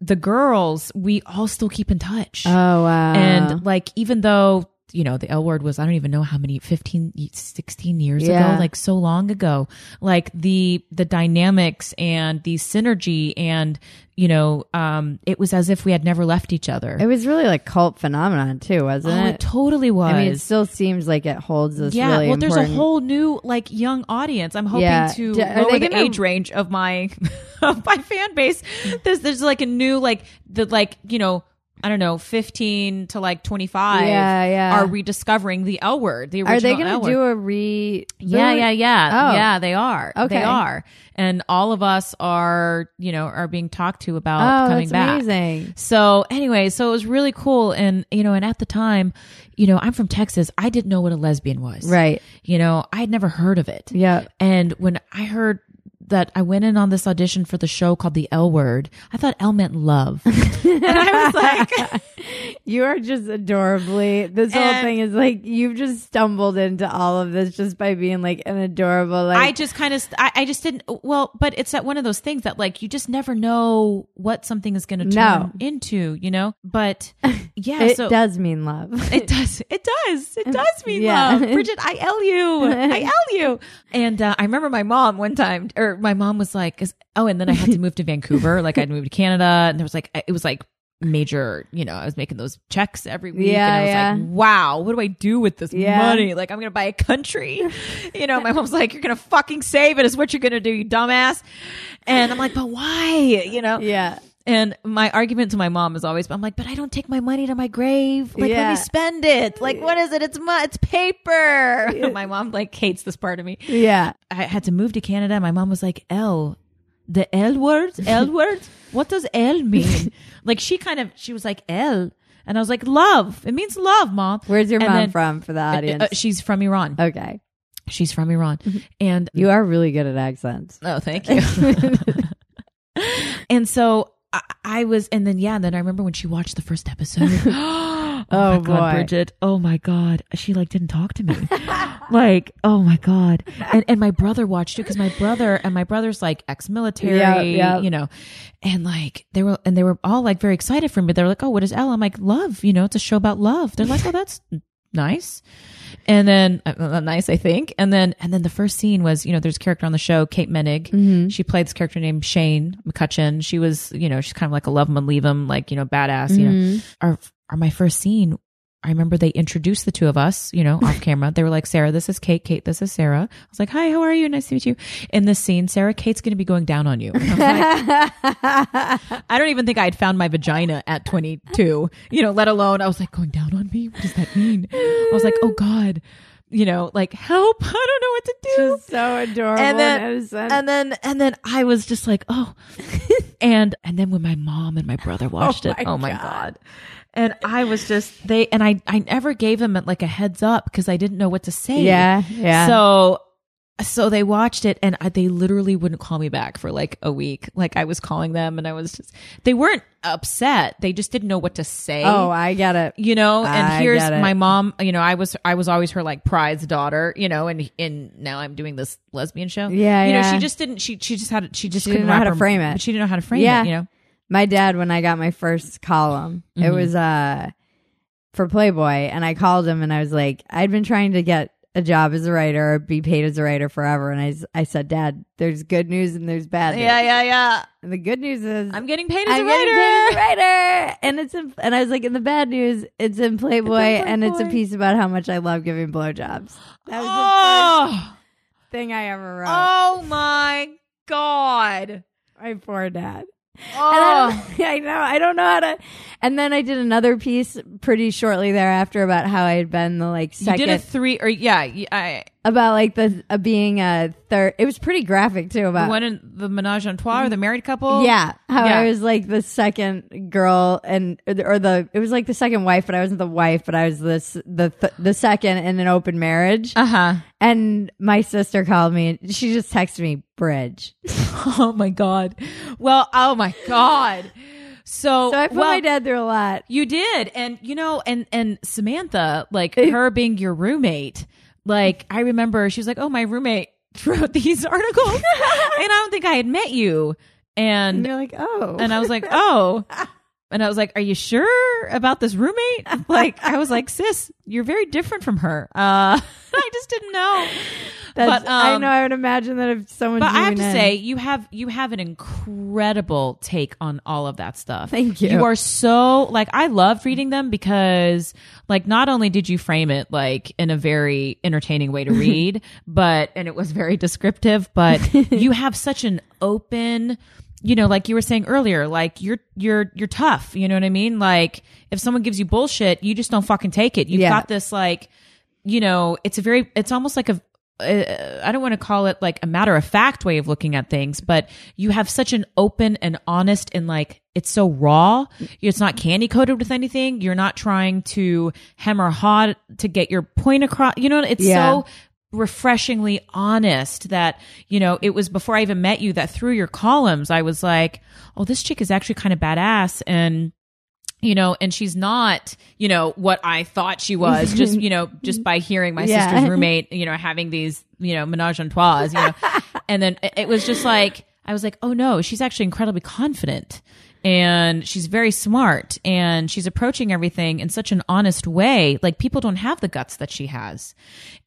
S3: the girls we all still keep in touch
S2: Oh wow!
S3: and like even though you know the l word was i don't even know how many 15 16 years
S2: Yeah.
S3: ago like so long ago like the the dynamics and the synergy and you know um it was as if we had never left each other
S2: it was really like cult phenomenon too, wasn't
S3: oh
S2: it?
S3: it totally was
S2: I mean, it still seems like it holds this.
S3: yeah
S2: really
S3: well there's
S2: important-
S3: a whole new like young audience i'm hoping
S2: Yeah.
S3: to
S2: D- are
S3: lower
S2: they
S3: the
S2: gonna-
S3: age range of my (laughs) of my fan base there's there's like a new like the like you know I don't know, fifteen to like twenty five
S2: Yeah, yeah.
S3: are rediscovering the L word. The original
S2: Are they going
S3: L
S2: to
S3: word.
S2: do a re?
S3: Yeah, yeah, yeah.
S2: Oh.
S3: Yeah, they are.
S2: Okay.
S3: They are. And all of us are, you know, are being talked to
S2: Oh,
S3: about coming
S2: that's
S3: back.
S2: amazing.
S3: So anyway, so it was really cool and you know, and at the time, you know, I'm from Texas. I didn't know what a lesbian was.
S2: Right.
S3: You know, I had never heard of it.
S2: Yeah.
S3: And when I heard that I went in on this audition for the show called The L Word. I thought L
S2: (laughs)
S3: meant love. and I was like,
S2: You are just adorably. This whole
S3: And-
S2: thing is like you've just stumbled into all of this just by being like an adorable. Like
S3: I just kind of, I, I just didn't. Well, but it's that one of those things that like you just never know what something is going to turn
S2: No.
S3: into, you know. But
S2: (laughs)
S3: yeah,
S2: it
S3: so
S2: does mean love. (laughs)
S3: (laughs) it does, it does, it does mean
S2: Mm, Yeah. (laughs)
S3: love, Bridget. I L you, I L you. And uh, I remember my mom one time, or my mom was like, 'cause- oh, and then I had to move
S2: (laughs)
S3: to Vancouver. Like I'd moved to Canada, and there was like, it was like major you know i was making those checks every week
S2: Yeah,
S3: and i was
S2: yeah.
S3: like wow what do i do with this
S2: Yeah.
S3: money like i'm gonna buy
S2: (laughs)
S3: a country you know my mom's like you're gonna fucking save it is what you're gonna do you dumbass and i'm like but why you know
S2: yeah.
S3: and my argument to my mom is always i'm like but i don't take my money to my grave like let
S2: Yeah.
S3: me spend it like what is it it's mu- it's
S2: (laughs)
S3: paper my mom like hates this part of me
S2: Yeah.
S3: I had to move to Canada. My mom was like, L, the L word,
S2: (laughs)
S3: L word. What does L mean? like she kind of, she was like L, and I was like, love. It means love, mom.
S2: Where's your
S3: And
S2: mom
S3: then-
S2: from for the
S3: Uh,
S2: audience? Oh. Mm-hmm.
S3: uh, she's from Iran.
S2: okay.
S3: She's from Iran, and
S2: You are really good at
S3: (laughs)
S2: accents.
S3: Oh, thank you. and so I, I was, and then yeah, then I remember when she watched the first (gasps) episode. oh,
S2: Oh,
S3: my god,
S2: boy.
S3: Bridget! Oh my god, she like didn't talk to me. (laughs) like, oh my god, and and my brother watched it because my brother and my brother's like ex-military,
S2: Yeah, yeah.
S3: you know, and like they were and they were all like very excited for me. They're like, oh, what is L? I'm like, love. You know, it's a show about love. They're like, oh, that's nice and then uh, uh, nice i think and then and then the first scene was you know there's a character on the show kate menig she played this character named shane mccutcheon she was you know she's kind of like a love him and leave him like you know badass you know our, our my first scene i remember they introduced the two of us you know off camera they were like sarah this is kate kate this is sarah i was like hi how are you nice to meet you in this scene sarah kate's gonna be going down on you And I was like,
S2: (laughs)
S3: I don't even think I had found my vagina at 22, you know, let alone I was like going down on me. What does that mean? I was like, oh God, you know, like help. (laughs) I don't know what to do.
S2: She's so adorable and,
S3: and then,
S2: innocent.
S3: and then, and then I was just like, oh, and, and then when my mom and my brother watched it,
S2: my
S3: oh my God. And I was just, they, and I, I never gave them like a heads up because I didn't know what to say.
S2: yeah. Yeah.
S3: So so they watched it and I, they literally wouldn't call me back for like a week. Like I was calling them and I was just they weren't upset. They just didn't know what to say.
S2: oh, I get it.
S3: you know, and
S2: I
S3: here's
S2: get it.
S3: my mom, you know, I was I was always her like prize daughter, you know, and and now I'm doing this lesbian show.
S2: Yeah,
S3: You know,
S2: yeah.
S3: she just didn't she she just had she just
S2: She didn't
S3: couldn't
S2: know how
S3: wrap
S2: to
S3: her-
S2: frame it.
S3: She didn't know how to frame
S2: Yeah.
S3: it, you know.
S2: my dad when I got my first column.
S3: Mm-hmm.
S2: It was uh for Playboy and I called him and I was like I'd been trying to get a job as a writer, be paid as a writer forever and I s- I said, "Dad, there's good news and there's bad news."
S3: yeah, yeah.
S2: And the good news is
S3: I'm getting paid as
S2: I'm
S3: a
S2: getting paid as
S3: writer.
S2: a writer. And it's in, and I was like, "And the bad news, it's in Playboy and it's a
S3: Playboy.
S2: piece about how much I love giving blowjobs." That was the
S3: oh,
S2: first thing I ever wrote.
S3: oh my god.
S2: My poor dad. And
S3: Oh.
S2: I, don't- (laughs) I know. I don't know how to. And then I did another piece pretty shortly thereafter about how I had been the like
S3: You
S2: second
S3: did a three or yeah, y- I
S2: about like the uh, being a third. It was pretty graphic too
S3: the
S2: about
S3: one in the menage a trois or the married couple.
S2: yeah how
S3: Yeah.
S2: I was like the second girl and or the, or the it was like the second wife, but I wasn't the wife, but I was this the th- the second in an open marriage.
S3: Uh huh.
S2: and my sister called me. and She just texted me, "Bridge."
S3: (laughs) Oh my god. Well, oh my god. So,
S2: So I put
S3: Oh, well,
S2: my dad through a lot.
S3: You did, and you know, and and Samantha, like her being your roommate, like I remember she was like, "Oh, my roommate (laughs) wrote these
S2: (laughs)
S3: articles," and I don't think I had met you,
S2: And
S3: and
S2: you're like, "Oh,"
S3: (laughs) and I was like, "Oh." And I was like, "Are you sure about this roommate?" Like, I was like, "Sis, you're very different from her." Uh, (laughs) I just didn't know.
S2: That's,
S3: but,
S2: I
S3: um,
S2: know. I would imagine that if someone,
S3: But
S2: drew
S3: I have
S2: me
S3: to
S2: in-
S3: say, you have you have an incredible take on all of that stuff.
S2: Thank you.
S3: You are so like I loved reading them because like not only did you frame it like in a very
S2: (laughs)
S3: entertaining way to read, but and it was very descriptive,
S2: (laughs)
S3: but you have such an open you know, like you were saying earlier, like you're you're you're tough. You know what I mean? Like if someone gives you bullshit, you just don't fucking take it. You've
S2: Yeah.
S3: got this like, you know, it's a very, it's almost like a, uh, I don't want to call it like a matter of fact way of looking at things, but you have such an open and honest and like it's so raw. It's not candy coated with anything. You're not trying to hem or haw to get your point across. You know, it's
S2: Yeah.
S3: so refreshingly honest that, you know, it was before I even met you that through your columns, I was like, oh, this chick is actually kind of badass. And, you know, and she's not, you know, what I thought she was just, you know, just by hearing my
S2: Mm-hmm. Yeah. (laughs)
S3: sister's roommate, you know, having these, you know, menage a trois, you know, and then it- it was just like, I was like, oh no, she's actually incredibly confident and she's very smart and she's approaching everything in such an honest way. Like people don't have the guts that she has.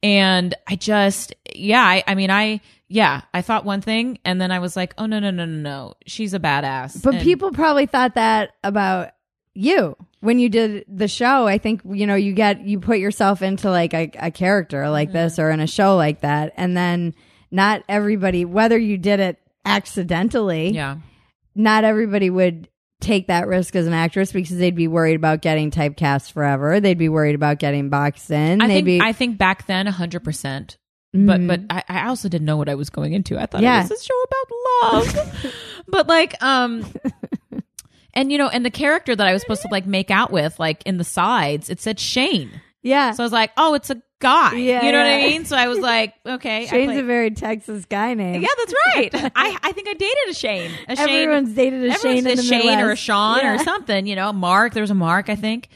S3: And I just, yeah, I, I mean, I, yeah, I thought one thing and then I was like, oh no, no, no, no, no. She's a badass.
S2: But
S3: And-
S2: people probably thought that about you when you did the show. I think you know you get you put yourself into like a, a character like
S3: Mm-hmm.
S2: this or in a show like that, and then not everybody, whether you did it accidentally,
S3: yeah.
S2: not everybody would take that risk as an actress because they'd be worried about getting typecast forever. They'd be worried about getting boxed in.
S3: I
S2: They'd
S3: think,
S2: be mm.
S3: I think back then, 100%. But but I, I also didn't know what I was going into. I thought
S2: Mm-hmm. Yeah.
S3: it was a show about
S2: (laughs)
S3: love. but like um and you know, and the character that I was supposed to like make out with, like in the sides, it said Shane.
S2: yeah.
S3: So I was like, oh, it's a guy.
S2: Yeah,
S3: you know what
S2: yeah.
S3: I mean? So I was like, okay. I
S2: Shane's
S3: play-
S2: a very Texas guy name.
S4: Yeah, that's
S2: (laughs)
S4: right. I, I think I dated a Shane.
S3: a Shane.
S2: Everyone's dated a
S3: Everyone's
S2: Shane in
S3: a
S2: the
S3: Shane or a
S2: Midwest.
S3: Sean
S2: Yeah.
S3: or something, you know, Mark. There was a Mark, I think.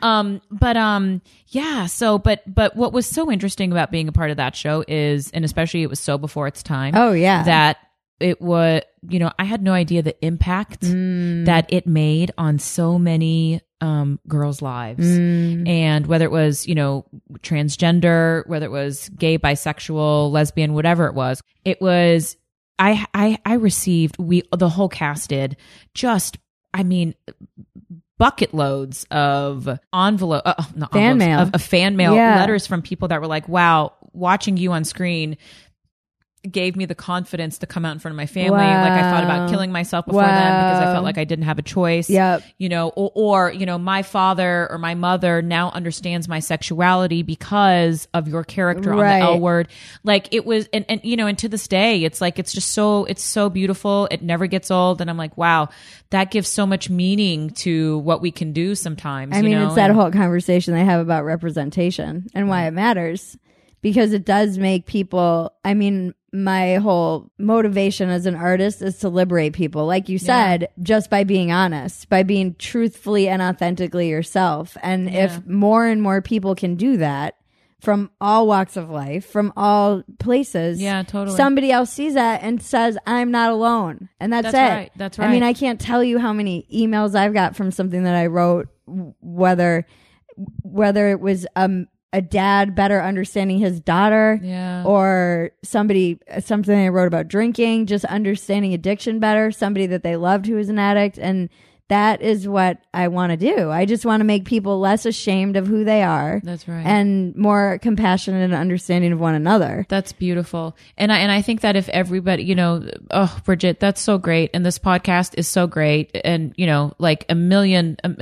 S3: Um, but um, yeah. So, but but what was so interesting about being a part of that show is, and especially it was so before its time.
S2: Oh, yeah.
S3: that it was. You know, I had no idea the impact
S2: Mm.
S3: that it made on so many um girls' lives,
S2: Mm. Mm-hmm.
S3: and whether it was you know transgender, whether it was gay, bisexual, lesbian, whatever it was, it was I I I received we the whole cast did just I mean bucket loads of envelope uh, uh, not
S2: Fan
S3: envelopes,
S2: mail.
S3: of, of fan mail
S2: Yeah.
S3: letters from people that were like wow watching you on screen gave me the confidence to come out in front of my family like I thought
S2: Wow.
S3: about killing myself before then because I
S2: Wow.
S3: felt like I didn't have a choice
S2: Yep.
S3: you know or, or you know my father or my mother now understands my sexuality because of your character
S2: Right.
S3: on the L word like it was and, and you know and to this day it's like it's just so it's so beautiful it never gets old and i'm like wow that gives so much meaning to what we can do sometimes
S2: I
S3: you
S2: mean,
S3: know?
S2: it's that
S3: And-
S2: whole conversation they have about representation and why it matters because it does make people. I mean, my whole motivation as an artist is to liberate people, like you said, just by being honest, by being truthfully and authentically yourself. And if more and more people can do that from all walks of life, from all places,
S3: Yeah, totally.
S2: somebody else sees that and says, I'm not alone. And that's,
S3: That's
S2: it.
S3: right. That's
S2: I mean,
S3: right.
S2: I can't tell you how many emails I've got from something that I wrote, w- whether whether it was um, a dad better understanding his daughter,
S3: Yeah.
S2: or somebody something I wrote about drinking, just understanding addiction better, somebody that they loved who was an addict, and that is what I want to do. I just want to make people less ashamed of who they are.
S3: That's right.
S2: and more compassionate and understanding of one another.
S3: That's beautiful. And I and I think that if everybody, you know, oh Bridget, that's so great and this podcast is so great and you know, like a million um,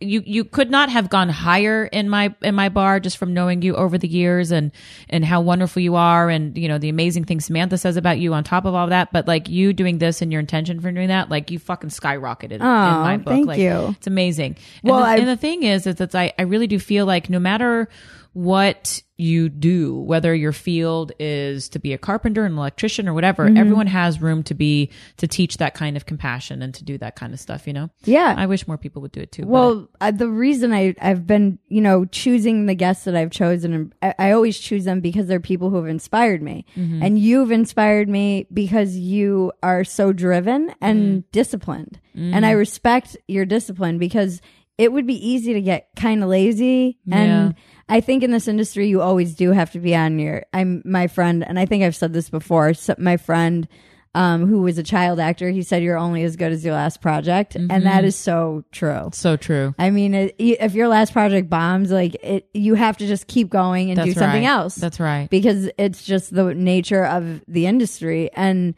S3: you you could not have gone higher in my in my bar just from knowing you over the years and and how wonderful you are and you know the amazing things Samantha says about you on top of all that but like you doing this and your intention for doing that like you fucking skyrocketed in my book
S2: Oh, thank
S3: like
S2: you.
S3: it's amazing. And
S2: Well,
S3: the-
S2: I-
S3: and the thing is, is that I, I really do feel like no matter what you do, whether your field is to be a carpenter, an electrician, or whatever,
S2: Mm-hmm.
S3: everyone has room to be to teach that kind of compassion and to do that kind of stuff. You know,
S2: Yeah,
S3: I wish more people would do it too. but-
S2: Well, uh, the reason I, I've been, you know, choosing the guests that I've chosen, and I, I always choose them because they're people who have inspired me. And you've inspired me because you are so driven and disciplined. And I respect your discipline because it would be easy to get kind of lazy. And I think in this industry, you always do have to be on your. I'm my friend, and I think I've said this before. So my friend um, who was a child actor, he said, You're only as good as your last project. And that is so true.
S3: so true.
S2: I mean, it, if your last project bombs, like it, you have to just keep going and
S3: That's
S2: do something
S3: right.
S2: else
S3: That's right.
S2: because it's just the nature of the industry. And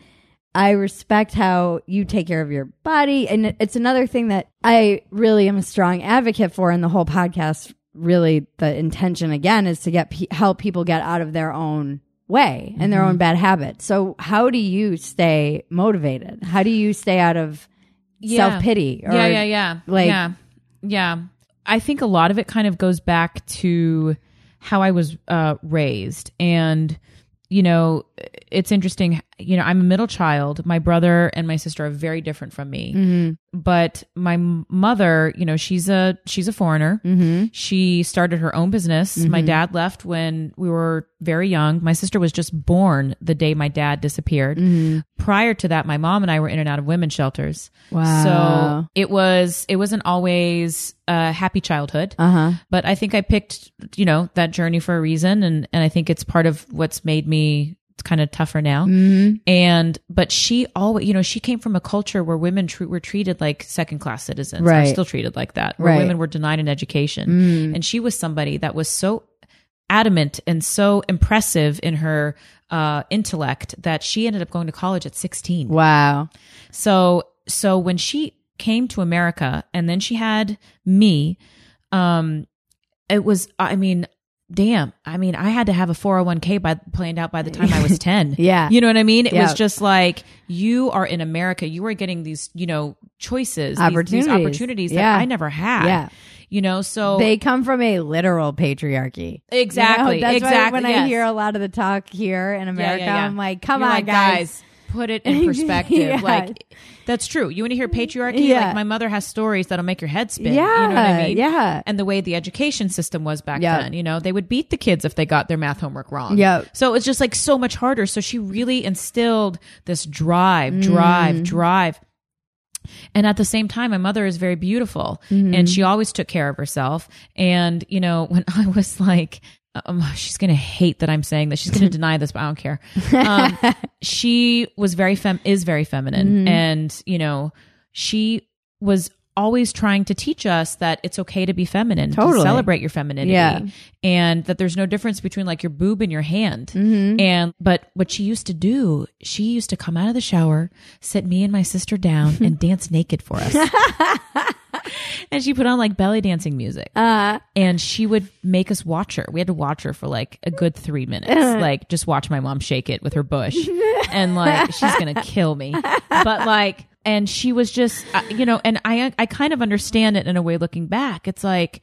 S2: I respect how you take care of your body. And it's another thing that I really am a strong advocate for in the whole podcast. Really, the intention again is to get pe- help people get out of their own way and
S3: Mm-hmm.
S2: their own bad habits. So, how do you stay motivated? How do you stay out of
S3: Yeah.
S2: self pity?
S3: yeah, yeah, yeah,
S2: like-
S3: yeah, yeah. I think a lot of it kind of goes back to how I was uh, raised. And, you know, it's interesting. You know, I'm a middle child. My brother and my sister are very different from me. But my m- mother, you know, she's a she's a foreigner. She started her own business. My dad left when we were very young. My sister was just born the day my dad disappeared. Prior to that, my mom and I were in and out of women's shelters.
S2: Wow.
S3: So it was it wasn't always a happy childhood
S2: Uh huh.
S3: but I think I picked, you know, that journey for a reason. And, and I think it's part of what's made me kind of tougher now.
S2: Mm-hmm.
S3: And, but she always, you know, she came from a culture where women tr- were treated like second class citizens. Are
S2: Right.
S3: still treated like that. Where
S2: Right. Mm-hmm.
S3: women were denied an
S2: Mm.
S3: education. And she was somebody that was so adamant and so impressive in her, uh, intellect that she ended up going to college at 16.
S2: Wow.
S3: So so when she came to America and then she had me, um, it was I mean, damn. I mean, I had to have a four hundred one k by planned out by the
S2: (laughs)
S3: time I was ten.
S2: Yeah.
S3: you know what I mean. It
S2: Yeah.
S3: was just like you are in America. You are getting these you know choices, these- these,
S2: Opportunities.
S3: opportunities
S2: Yeah.
S3: that I never had.
S2: Yeah.
S3: You know, so
S2: They come from a literal patriarchy.
S3: Exactly,
S2: You know, that's
S3: exactly,
S2: Why when I
S3: yes.
S2: hear a lot of the talk here in
S3: Yeah, yeah,
S2: America,
S3: yeah.
S2: I'm like, come
S3: You're
S2: on,
S3: like, Put it in
S2: (laughs)
S3: perspective.
S2: Yeah.
S3: Like that's true. You want to hear patriarchy?
S2: Yeah.
S3: Like my mother has stories that'll make your head spin.
S2: Yeah,
S3: You know what I mean?
S2: yeah.
S3: And the way the education system was back
S2: Yeah.
S3: then, you know, they would beat the kids if they got their math homework wrong.
S2: Yeah.
S3: So it's just like so much harder. So she really instilled this drive, drive,
S2: Mm.
S3: drive. And at the same time, my mother is very beautiful
S2: Mm-hmm.
S3: and she always took care of herself. And, you know, when (laughs) I was like, um, she's going to hate that I'm saying this.
S2: (laughs)
S3: She's going to deny this, but I don't care. Um, she was very fem, is very
S2: Mm-hmm.
S3: feminine. And, you know, she was always trying to teach us that it's okay to be feminine, to
S2: Totally.
S3: celebrate your femininity
S2: Yeah.
S3: and that there's no difference between like your boob and your hand.
S2: Mm-hmm.
S3: And but what she used to do, she used to come out of the shower, sit me and my sister down,
S2: (laughs)
S3: and dance naked for us. and she put on like belly dancing music,
S2: guys. Uh,
S3: and she would make us watch her. We had to watch her for like a good
S2: (laughs)
S3: three minutes, like just watch my mom shake it with her bush, and like she's gonna kill me. But like. And she was just, uh, you know, and I, I kind of understand it in a way. Looking back, it's like,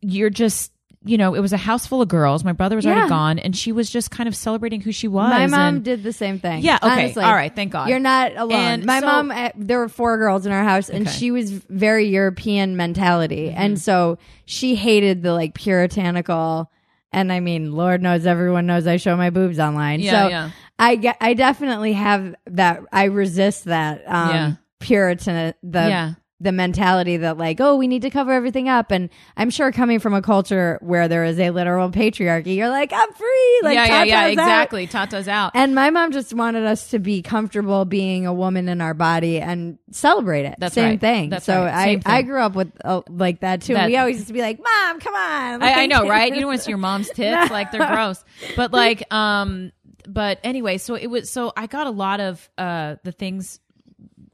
S3: you're just you know it was a house full of girls my brother was
S2: Yeah.
S3: already gone and she was just kind of celebrating who she was
S2: my mom
S3: and-
S2: did the same thing.
S3: Yeah, okay.
S2: honestly.
S3: All right, thank God.
S2: You're not alone.
S3: And
S2: my
S3: so-
S2: mom, uh, there were four girls in our house, and
S3: Okay. Mm-hmm.
S2: she was very European mentality. And so she hated the like puritanical. And I mean, Lord knows everyone knows I show my boobs online.
S3: Yeah,
S2: so
S3: yeah.
S2: I, ge- I definitely have that. I resist that um,
S3: Yeah.
S2: Puritan, the
S3: Yeah.
S2: the mentality that like oh we need to cover everything up and i'm sure coming from a culture where there is a literal patriarchy you're like i'm free like
S3: yeah yeah yeah
S2: Tata's out.
S3: exactly tata's out
S2: and my mom just wanted us to be comfortable being a woman in our body and celebrate it
S3: That's
S2: same
S3: right.
S2: thing
S3: That's
S2: so
S3: right.
S2: i
S3: Same thing.
S2: i grew up with uh, like that too
S3: That-
S2: we always used to be like mom come on
S3: I, I know,
S2: Like-
S3: right? You
S2: (laughs)
S3: don't want to see your mom's tits, like they're gross. But like, um, but anyway, so it was. So I got a lot of uh the things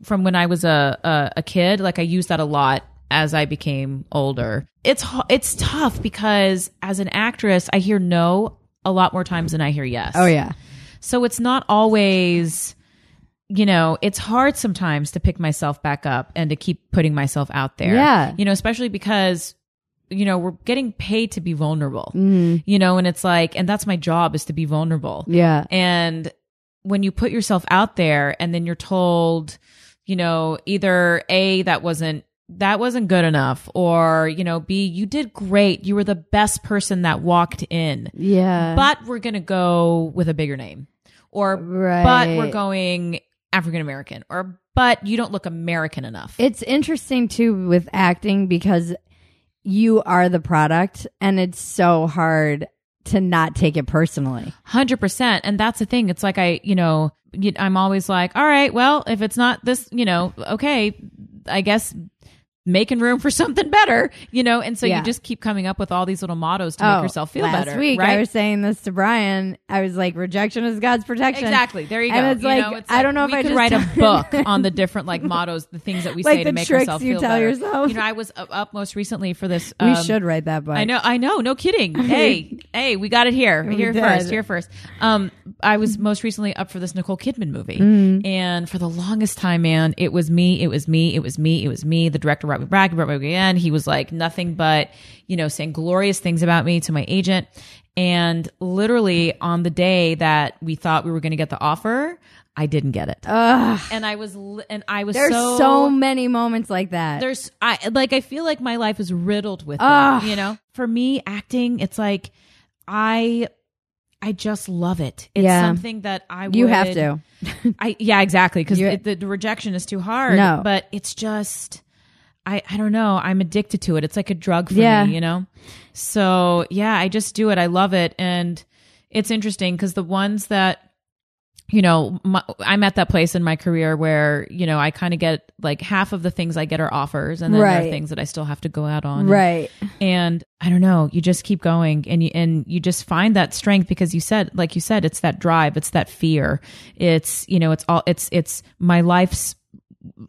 S3: from when I was a a, a kid. Like I used that a lot as I became older. It's ho- it's tough because as an actress, I hear no a lot more times than I hear yes.
S2: oh yeah
S3: So it's not always, you know, it's hard sometimes to pick myself back up and to keep putting myself out there.
S2: Yeah.
S3: You know, especially because, you know, we're getting paid to be vulnerable, mm. you know, and it's like, and that's my job is to be vulnerable.
S2: yeah
S3: And when you put yourself out there and then you're told, you know, either A, that wasn't that wasn't good enough or you know b you did great you were the best person that walked in
S2: yeah
S3: but we're going to go with a bigger name or but
S2: Right.
S3: we're going African American or but you don't look American enough.
S2: It's interesting too with acting because you are the product and it's so hard to not take it personally.
S3: 100% and that's the thing. It's like I, you know, y- I'm always like, all right, well, if it's not this, you know, okay, I guess making room for something better, you know, and so
S2: Yeah. Oh,
S3: you just keep coming up with all these little mottos to make yourself feel
S2: last
S3: better,
S2: week I
S3: right?
S2: was saying this to Brian. I was like, rejection is God's protection.
S3: Exactly. There you go.
S2: And it's
S3: You
S2: like,
S3: know, it's
S2: I don't know if
S3: we
S2: I
S3: could
S2: just
S3: write
S2: (laughs)
S3: a book on the different like mottos, the things that we
S2: Like
S3: say
S2: the
S3: to make
S2: tricks
S3: ourselves
S2: you
S3: feel
S2: tell
S3: better.
S2: yourself.
S3: You know, I was up, up most recently for this.
S2: We
S3: um,
S2: should write that book.
S3: I know, I know. No
S2: (laughs)
S3: kidding. Hey, hey, we got it here. Here
S2: did.
S3: first, here first. Um, I was most recently up for this Nicole
S2: Mm.
S3: Kidman movie, and for the longest time, man, it was me, it was me, it was me, it was me. The director brought me back. He brought me back again. He was like nothing but, you know, saying glorious things about me to my agent. And literally on the day that we thought we were going to get the offer, I didn't get it. And I was, li- and I was
S2: There's
S3: so,
S2: so, many moments like that.
S3: there's I like I feel like my life is riddled with
S2: Ugh.
S3: them, you know. For me, acting, it's like I I just love it. It's
S2: Yeah.
S3: something that I
S2: you
S3: would-
S2: have to.
S3: I yeah, exactly because
S2: You-
S3: the, the rejection is too hard.
S2: No.
S3: but it's just I I don't know. I'm addicted to it. It's like a drug for
S2: Yeah.
S3: me, you know. So yeah, I just do it. I love it, and it's interesting because the ones that you know, my, I'm at that place in my career where, you know, I kind of get like half of the things I get are offers and then there
S2: Right.
S3: are things that I still have to go out on.
S2: Right.
S3: And I don't know, you just keep going and you, and you just find that strength because you said, like you said, it's that drive, it's that fear. It's, you know, it's all, it's, it's my life's,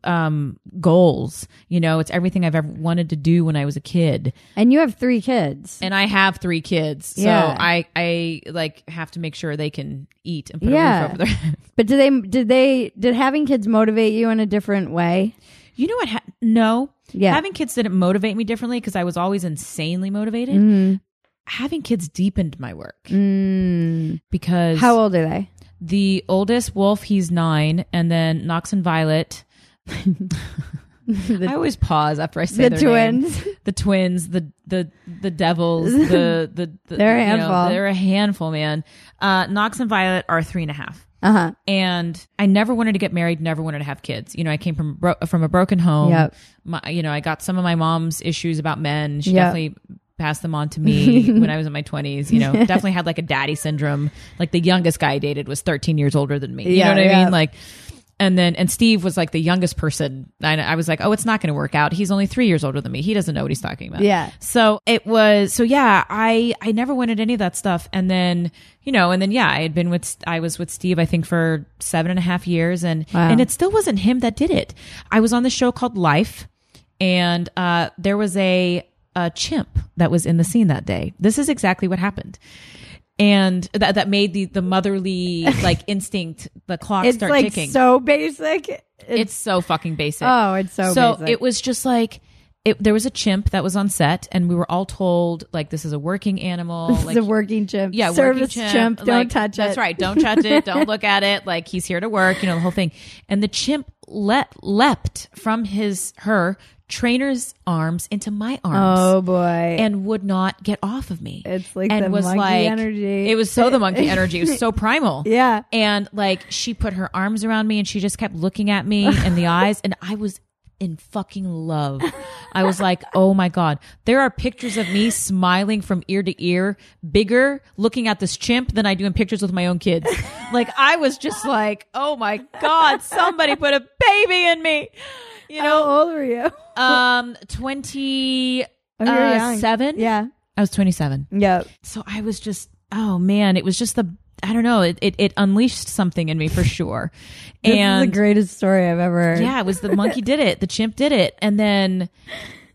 S3: um, goals, you know, it's everything I've ever wanted to do when I was a kid
S2: And you have three kids.
S3: and I have three kids. So
S2: Yeah.
S3: I, I like have to make sure they can eat and put
S2: Yeah.
S3: a roof over their (laughs) head.
S2: But did they did they did having kids motivate you in a different way?
S3: You know what? Ha- no.
S2: Yeah.
S3: Having kids didn't motivate me differently because I was always insanely motivated. Having kids deepened my work
S2: Mm.
S3: because
S2: How old are they?
S3: the oldest Wolf, he's nine, and then Knox
S2: (laughs)
S3: and Violet. I always pause after I say
S2: the
S3: their name.
S2: twins.
S3: the twins, the the
S2: (laughs)
S3: the devils, the the, the
S2: They're a
S3: you know,
S2: handful.
S3: they're a handful, man. Uh, Knox and Violet are three and a half.
S2: Uh huh.
S3: and I never wanted to get married, never wanted to have kids. You know, I came from bro- from a broken home.
S2: Yep.
S3: My, you know, I got some of my mom's issues about men. She
S2: Yep.
S3: definitely passed them on
S2: (laughs)
S3: to me when I was in my 20s, you know. definitely had like a daddy syndrome. Like the youngest guy I dated was 13 years older than me. You
S2: Yeah,
S3: know what I
S2: yeah.
S3: mean? Like and then and Steve was like the youngest person. I, I was like, "Oh, it's not going to work out. He's only 3 years older than me. He doesn't know what he's talking about."
S2: Yeah.
S3: So it was so yeah, I I never wanted any of that stuff. And then, you know, and then yeah, I had been with I was with Steve I think for seven and a half years and
S2: Wow.
S3: and it still wasn't him that did it. I was on the show called Life and uh there was a a chimp that was in the scene that day. This is exactly what happened. And that that made the the motherly like (laughs) instinct the clock
S2: It's
S3: start
S2: like
S3: ticking
S2: so basic. It-
S3: it's so fucking basic.
S2: Oh, it's so basic.
S3: it was just like it, there was a chimp that was on set, and we were all told like this is a working
S2: (laughs)
S3: animal.
S2: this
S3: like,
S2: is a working chimp.
S3: yeah, working
S2: service chimp. Don't
S3: like,
S2: touch it.
S3: That's right. Don't touch
S2: (laughs)
S3: it. Don't look at it. Like he's here to work. You know the whole thing. And the chimp let leapt from his her trainer's arms into my arms
S2: Oh boy.
S3: and would not get off of me.
S2: It's like
S3: and
S2: the monkey energy.
S3: It was so the
S2: (laughs)
S3: monkey energy. It was so primal.
S2: Yeah.
S3: And like she put her arms around me and she just kept looking at me
S2: (laughs)
S3: in the eyes and I was in fucking love. I was like, oh my God. There are pictures of me smiling from ear to ear, bigger, looking at this chimp than I do in pictures with my own kids. Like I was just like, oh my God, somebody put a baby in me. You
S2: How
S3: know,
S2: old were you?
S3: um, 20,
S2: Oh, you're
S3: uh,
S2: young.
S3: seven?
S2: Yeah.
S3: I was 27.
S2: Yep.
S3: So I was just, oh man, it was just the, I don't know, it, it, it unleashed something in me for sure.
S2: This
S3: and
S2: is the greatest story I've ever heard.
S3: yeah, it was the monkey did it, the chimp did it. And then,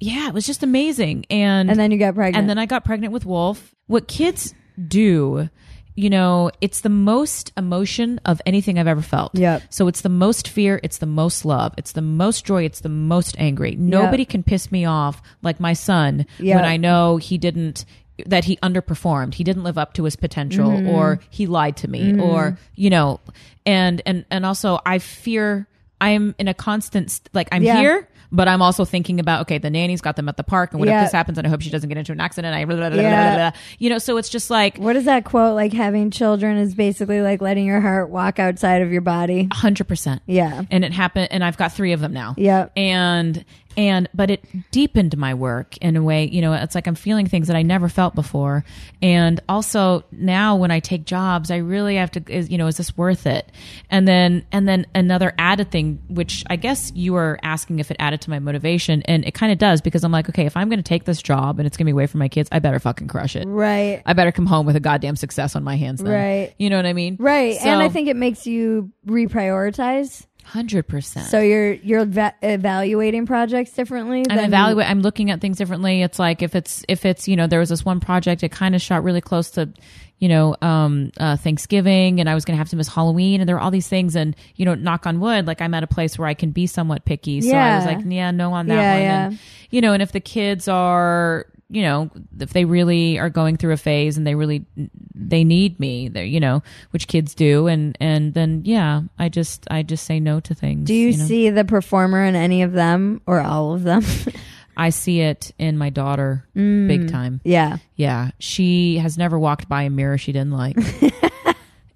S3: yeah, it was just amazing. And,
S2: And then you got pregnant.
S3: and then I got pregnant with Wolf. What kids do, you know, it's the most emotion of anything I've ever felt.
S2: Yep.
S3: So it's the most fear, it's the most love, it's the most joy, it's the most angry. Nobody can piss me off like my son
S2: Yep.
S3: when I know he didn't that he underperformed he didn't live up to his potential
S2: Mm-hmm.
S3: or he lied to me or you know and and and also i fear i'm in a constant st- like i'm
S2: Yeah.
S3: here but i'm also thinking about okay the nanny's got them at the park and what
S2: Yeah.
S3: if this happens and I hope she doesn't get into an accident. I blah, blah, blah,
S2: Yeah.
S3: blah, blah, blah. you know, so it's just like
S2: what is that quote? Like having children is basically like letting your heart walk outside of your
S3: (sighs)
S2: body.
S3: hundred percent.
S2: Yeah.
S3: And it happened and I've got three of them now.
S2: Yep.
S3: And and but it deepened my work in a way, you know, it's like I'm feeling things that I never felt before. And also now when I take jobs, I really have to is you know, is this worth it? And then and then another added thing, which I guess you were asking if it added to my motivation, and it kinda does because I'm like, okay, if I'm gonna take this job and it's gonna be away from my kids, I better fucking crush it.
S2: Right.
S3: I better come home with a goddamn success on my hands. Then.
S2: Right.
S3: You know what I mean?
S2: Right.
S3: So-
S2: and I think it makes you reprioritize.
S3: Hundred percent.
S2: So you're you're eva- evaluating projects differently.
S3: I'm
S2: than-
S3: evaluate. I'm looking at things differently. It's like if it's if it's you know there was this one project it kind of shot really close to, you know, um, uh, Thanksgiving, and I was going to have to miss Halloween, and there were all these things, and you know, knock on wood, like I'm at a place where I can be somewhat picky, so I was
S2: Yeah.
S3: like, yeah, no on that
S2: Yeah,
S3: one,
S2: yeah.
S3: And, you know, and if the kids are you know if they really are going through a phase and they really they need me they you know which kids do and and then yeah i just i just say no to things
S2: Do you,
S3: know?
S2: see the performer in any of them or all of them? (laughs)
S3: i see it in my daughter
S2: Mm.
S3: big time
S2: yeah.
S3: Yeah, she has never walked by a mirror she
S2: (laughs)
S3: didn't like.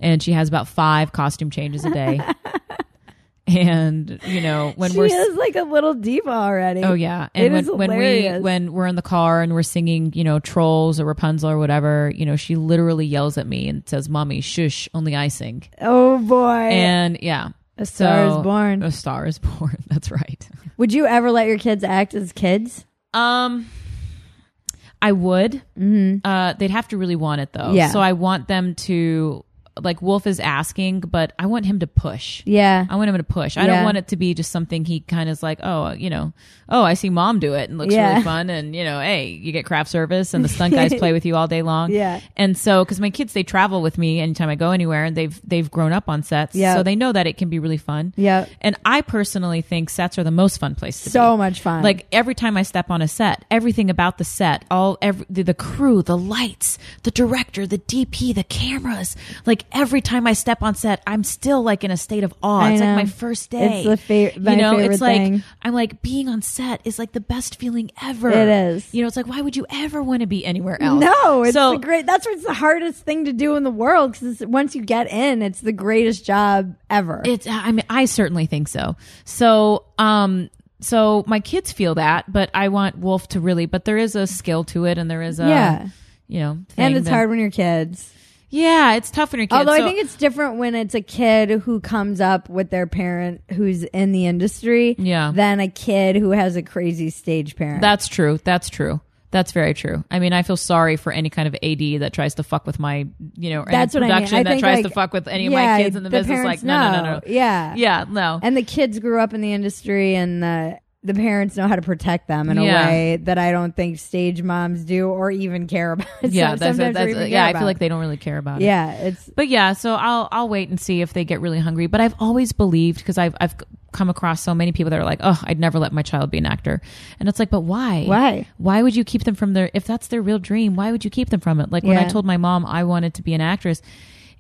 S3: and she has about 5 costume changes a day. and, you know, when
S2: she
S3: we're
S2: is like a little diva already.
S3: Oh yeah,
S2: It
S3: and when,
S2: is
S3: when we
S2: hilarious.
S3: when we're in the car and we're singing, you know, trolls or Rapunzel or whatever, you know, she literally yells at me and says, "Mommy, shush, only I sing."
S2: Oh boy.
S3: And yeah,
S2: A Star
S3: So-
S2: is Born.
S3: A star is (laughs) born. That's right.
S2: Would you ever let your kids act as kids?
S3: Um, I would. Uh, they'd have to really want it though.
S2: Mm-hmm. Yeah.
S3: So I want them to like Wolf is asking, but I want him to push.
S2: Yeah.
S3: I want him to push.
S2: Yeah.
S3: I don't want it to be just something he kind of is like, oh, you know, oh, I see mom do it and it looks
S2: Yeah.
S3: really fun. And, you know, hey, you get craft service and the stunt guys play with you all day long.
S2: (laughs) Yeah.
S3: And so, because my kids, they travel with me anytime I go anywhere and they've, they've grown up on sets.
S2: Yeah.
S3: So they know that it can be really fun.
S2: Yeah.
S3: And I personally think sets are the most fun place to be.
S2: So much fun.
S3: Like every time I step on a set, everything about the set, all every the, the crew, the lights, the director, the DP, the cameras. Like every time I step on set, I'm still like in a state of awe.
S2: I
S3: it's
S2: know.
S3: like my first day.
S2: It's the fa- my
S3: you know,
S2: favorite
S3: it's like
S2: thing.
S3: I'm like being on set is like the best feeling ever.
S2: It is.
S3: You know, it's like why would you ever want to be anywhere else?
S2: No, it's
S3: so
S2: the great. That's what's the hardest thing to do in the world because once you get in, it's the greatest job ever.
S3: It's I mean I certainly think so. So um so my kids feel that, but I want Wolf to really but there is a skill to it and there is a
S2: Yeah.
S3: you know thing
S2: and it's
S3: that-
S2: hard when you're kids.
S3: Yeah, it's tough when you're kids.
S2: Although
S3: so-
S2: I think it's different when it's a kid who comes up with their parent who's in the industry,
S3: Yeah.
S2: than a kid who has a crazy stage parent.
S3: that's true. That's true. That's very true. I mean, I feel sorry for any kind of AD that tries to fuck with my, you know, or
S2: That's
S3: any
S2: what I mean.
S3: production
S2: I
S3: that
S2: think,
S3: tries
S2: like,
S3: to fuck with any
S2: yeah,
S3: of my kids in the,
S2: the
S3: business.
S2: parents
S3: Like, no, no, no,
S2: know.
S3: no.
S2: Yeah.
S3: yeah, no.
S2: and the kids grew up in the industry, and the the parents know how to protect them in a
S3: Yeah.
S2: way that I don't think stage moms do or even care about. (laughs)
S3: yeah,
S2: Some-
S3: that's,
S2: sometimes
S3: that's,
S2: we even
S3: yeah.
S2: care
S3: I
S2: about.
S3: feel like they don't really care about it.
S2: Yeah, it's
S3: But yeah, so I'll I'll wait and see if they get really hungry. But I've always believed because I've I've come across so many people that are like, oh, I'd never let my child be an actor, and it's like, but why?
S2: Why?
S3: Why would you keep them from their if that's their real dream? Why would you keep them from it? Like when I
S2: Yeah.
S3: told my mom I wanted to be an actress,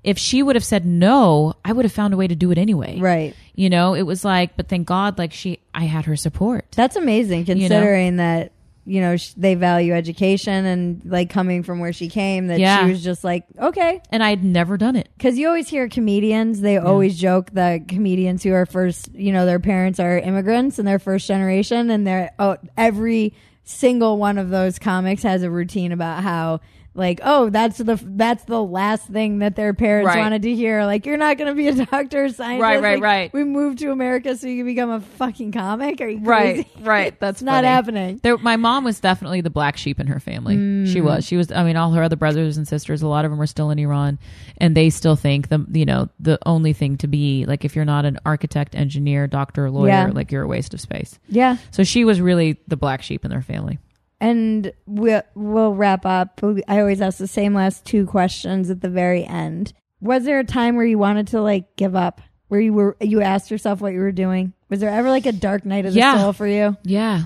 S3: if she would have said no, I would have found a way to do it anyway.
S2: Right.
S3: You know, it was like, but thank God, like she, I had her support.
S2: That's amazing considering that you know sh- they value education and like coming from where she came that
S3: Yeah.
S2: she was just like okay
S3: And I had never done it.
S2: because you always hear comedians they always joke that comedians who are first you know their parents are immigrants and they're first generation and they're oh, every single one of those comics has a routine about how like oh that's the that's the last thing that their parents
S3: Right.
S2: wanted to hear like you're not going to be a (laughs) doctor or scientist
S3: Right, right,
S2: Like,
S3: right.
S2: we moved to america so you can become a fucking comic are you crazy?
S3: right. That's (laughs)
S2: it's not
S3: funny.
S2: happening
S3: There, my mom was definitely the black sheep in her family.
S2: Mm.
S3: She was. She was. I mean, all her other brothers and sisters. A lot of them are still in Iran, and they still think the you know the only thing to be like if you're not an architect, engineer, doctor, lawyer,
S2: Yeah.
S3: like you're a waste of space.
S2: yeah
S3: So she was really the black sheep in their family.
S2: And we'll, we'll wrap up. I always ask the same last two questions at the very end. Was there a time where you wanted to like give up? Where you were, you asked yourself what you were doing? Was there ever like a dark night of the
S3: Yeah.
S2: soul for you?
S3: Yeah.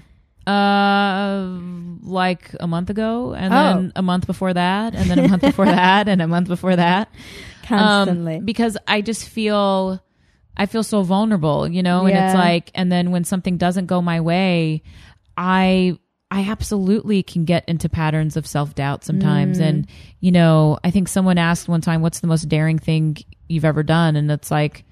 S3: Uh, like a month ago, and
S2: Oh.
S3: then a month before that, and then a
S2: (laughs)
S3: month before that, and a month before that. Um,
S2: Constantly.
S3: because I just feel I feel so vulnerable, you know, and
S2: Yeah.
S3: it's like and then when something doesn't go my way, I I absolutely can get into patterns of self-doubt sometimes
S2: Mm.
S3: and you know, I think someone asked one time what's the most daring thing you've ever done and it's like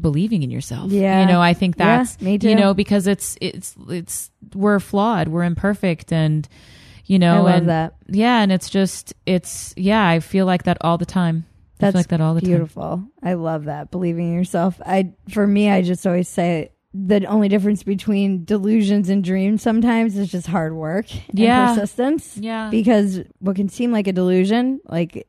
S3: believing in yourself.
S2: Yeah.
S3: You know, I think
S2: Yeah,
S3: that's
S2: me too.
S3: you know because it's it's it's we're flawed, we're imperfect and you know
S2: I love
S3: and
S2: that.
S3: yeah, and it's just it's yeah, I feel like that all the time. I
S2: That's
S3: feel like that all the time.
S2: beautiful. I love that. Believing in yourself. I for me, I just always say the only difference between delusions and dreams sometimes is just hard work and
S3: Yeah.
S2: persistence.
S3: Yeah.
S2: Because what can seem like a delusion, like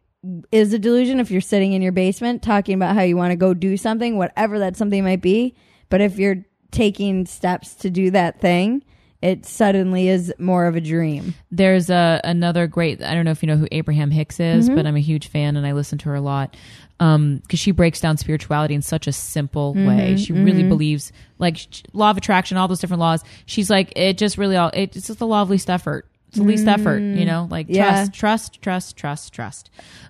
S2: is a delusion if you're sitting in your basement talking about how you want to go do something, whatever that something might be. But if you're taking steps to do that thing, it suddenly is more of a dream.
S3: There's a another great. I don't know if you know who Abraham Hicks is, but I'm a huge fan and I listen to her a lot because she breaks down spirituality in such a simple way. She really believes like sh- law of attraction, all those different laws. She's like it just really all it- it's just the law of least effort. It's the least effort, you know, like
S2: Yeah.
S3: trust, trust, trust, trust, trust.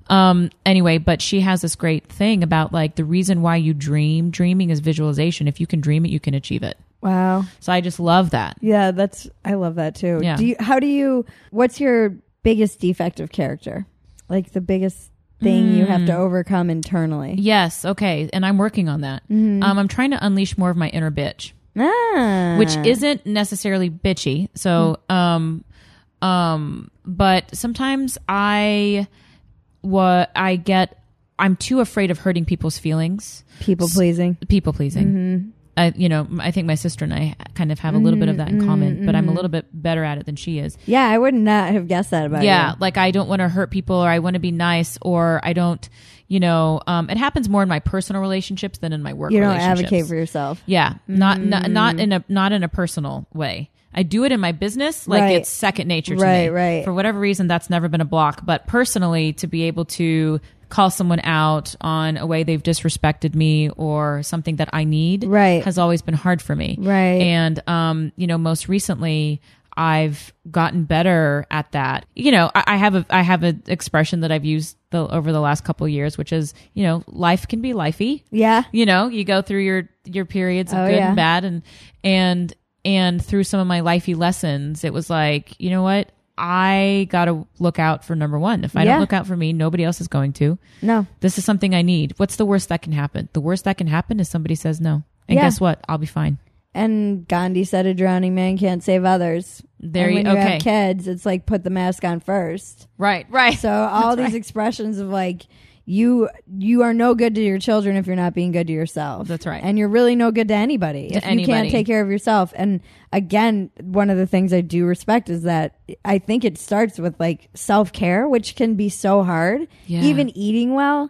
S3: Um, anyway, but she has this great thing about like the reason why you dream. Dreaming is visualization. If you can dream it, you can achieve it.
S2: Wow.
S3: So I just love that.
S2: Yeah, that's I love that too.
S3: Yeah.
S2: Do you how do you what's your biggest defect of character? Like the biggest thing you have
S3: Hmm.
S2: to overcome internally.
S3: Yes. Okay. And I'm working on that.
S2: Mm-hmm.
S3: Um, I'm trying to unleash more of my inner bitch,
S2: Ah.
S3: which isn't necessarily bitchy. So,
S2: Mm.
S3: um, um, but sometimes I, what I get, I'm too afraid of hurting people's feelings,
S2: people pleasing.
S3: people pleasing.
S2: Mm-hmm.
S3: I, you know, I think my sister and I kind of have a little bit of that
S2: Mm-hmm.
S3: in common, but I'm a little bit better at it than she is.
S2: Yeah, I would not have guessed that about
S3: Yeah,
S2: you.
S3: like I don't want to hurt people, or I want to be nice, or I don't, you know, um, it happens more in my personal relationships than in my work.
S2: You don't
S3: relationships.
S2: advocate for yourself.
S3: Yeah, not
S2: Mm.
S3: not, not in a not in a personal way. I do it in my business, like
S2: Right.
S3: it's second nature to me.
S2: Right, right.
S3: For whatever reason, that's never been a block. But personally, to be able to call someone out on a way they've disrespected me or something that I need,
S2: Right.
S3: has always been hard for me,
S2: Right.
S3: And um, you know, most recently. I've gotten better at that. You know, I, I have a I have an expression that I've used the, over the last couple of years, which is, you know, life can be lifey
S2: Yeah.
S3: you know you go through your your periods of
S2: Oh,
S3: good
S2: yeah.
S3: and bad and and and through some of my lifey lessons it was like you know what i gotta look out for number one if i
S2: Yeah.
S3: don't look out for me nobody else is going to
S2: No.
S3: this is something i need what's the worst that can happen the worst that can happen is somebody says no and
S2: Yeah.
S3: guess what i'll be fine
S2: And Gandhi said a drowning man can't save others.
S3: There
S2: and
S3: you-
S2: when you
S3: okay.
S2: have kids, it's like put the mask on first.
S3: right right (laughs)
S2: So all these expressions of like you you are no good to your children if you're not being good to yourself.
S3: That's right.
S2: And you're really no good to anybody if you
S3: anybody.
S2: can't take care of yourself. And again, one of the things I do respect is that I think it starts with like self-care, which can be so hard.
S3: Yeah.
S2: Even eating well,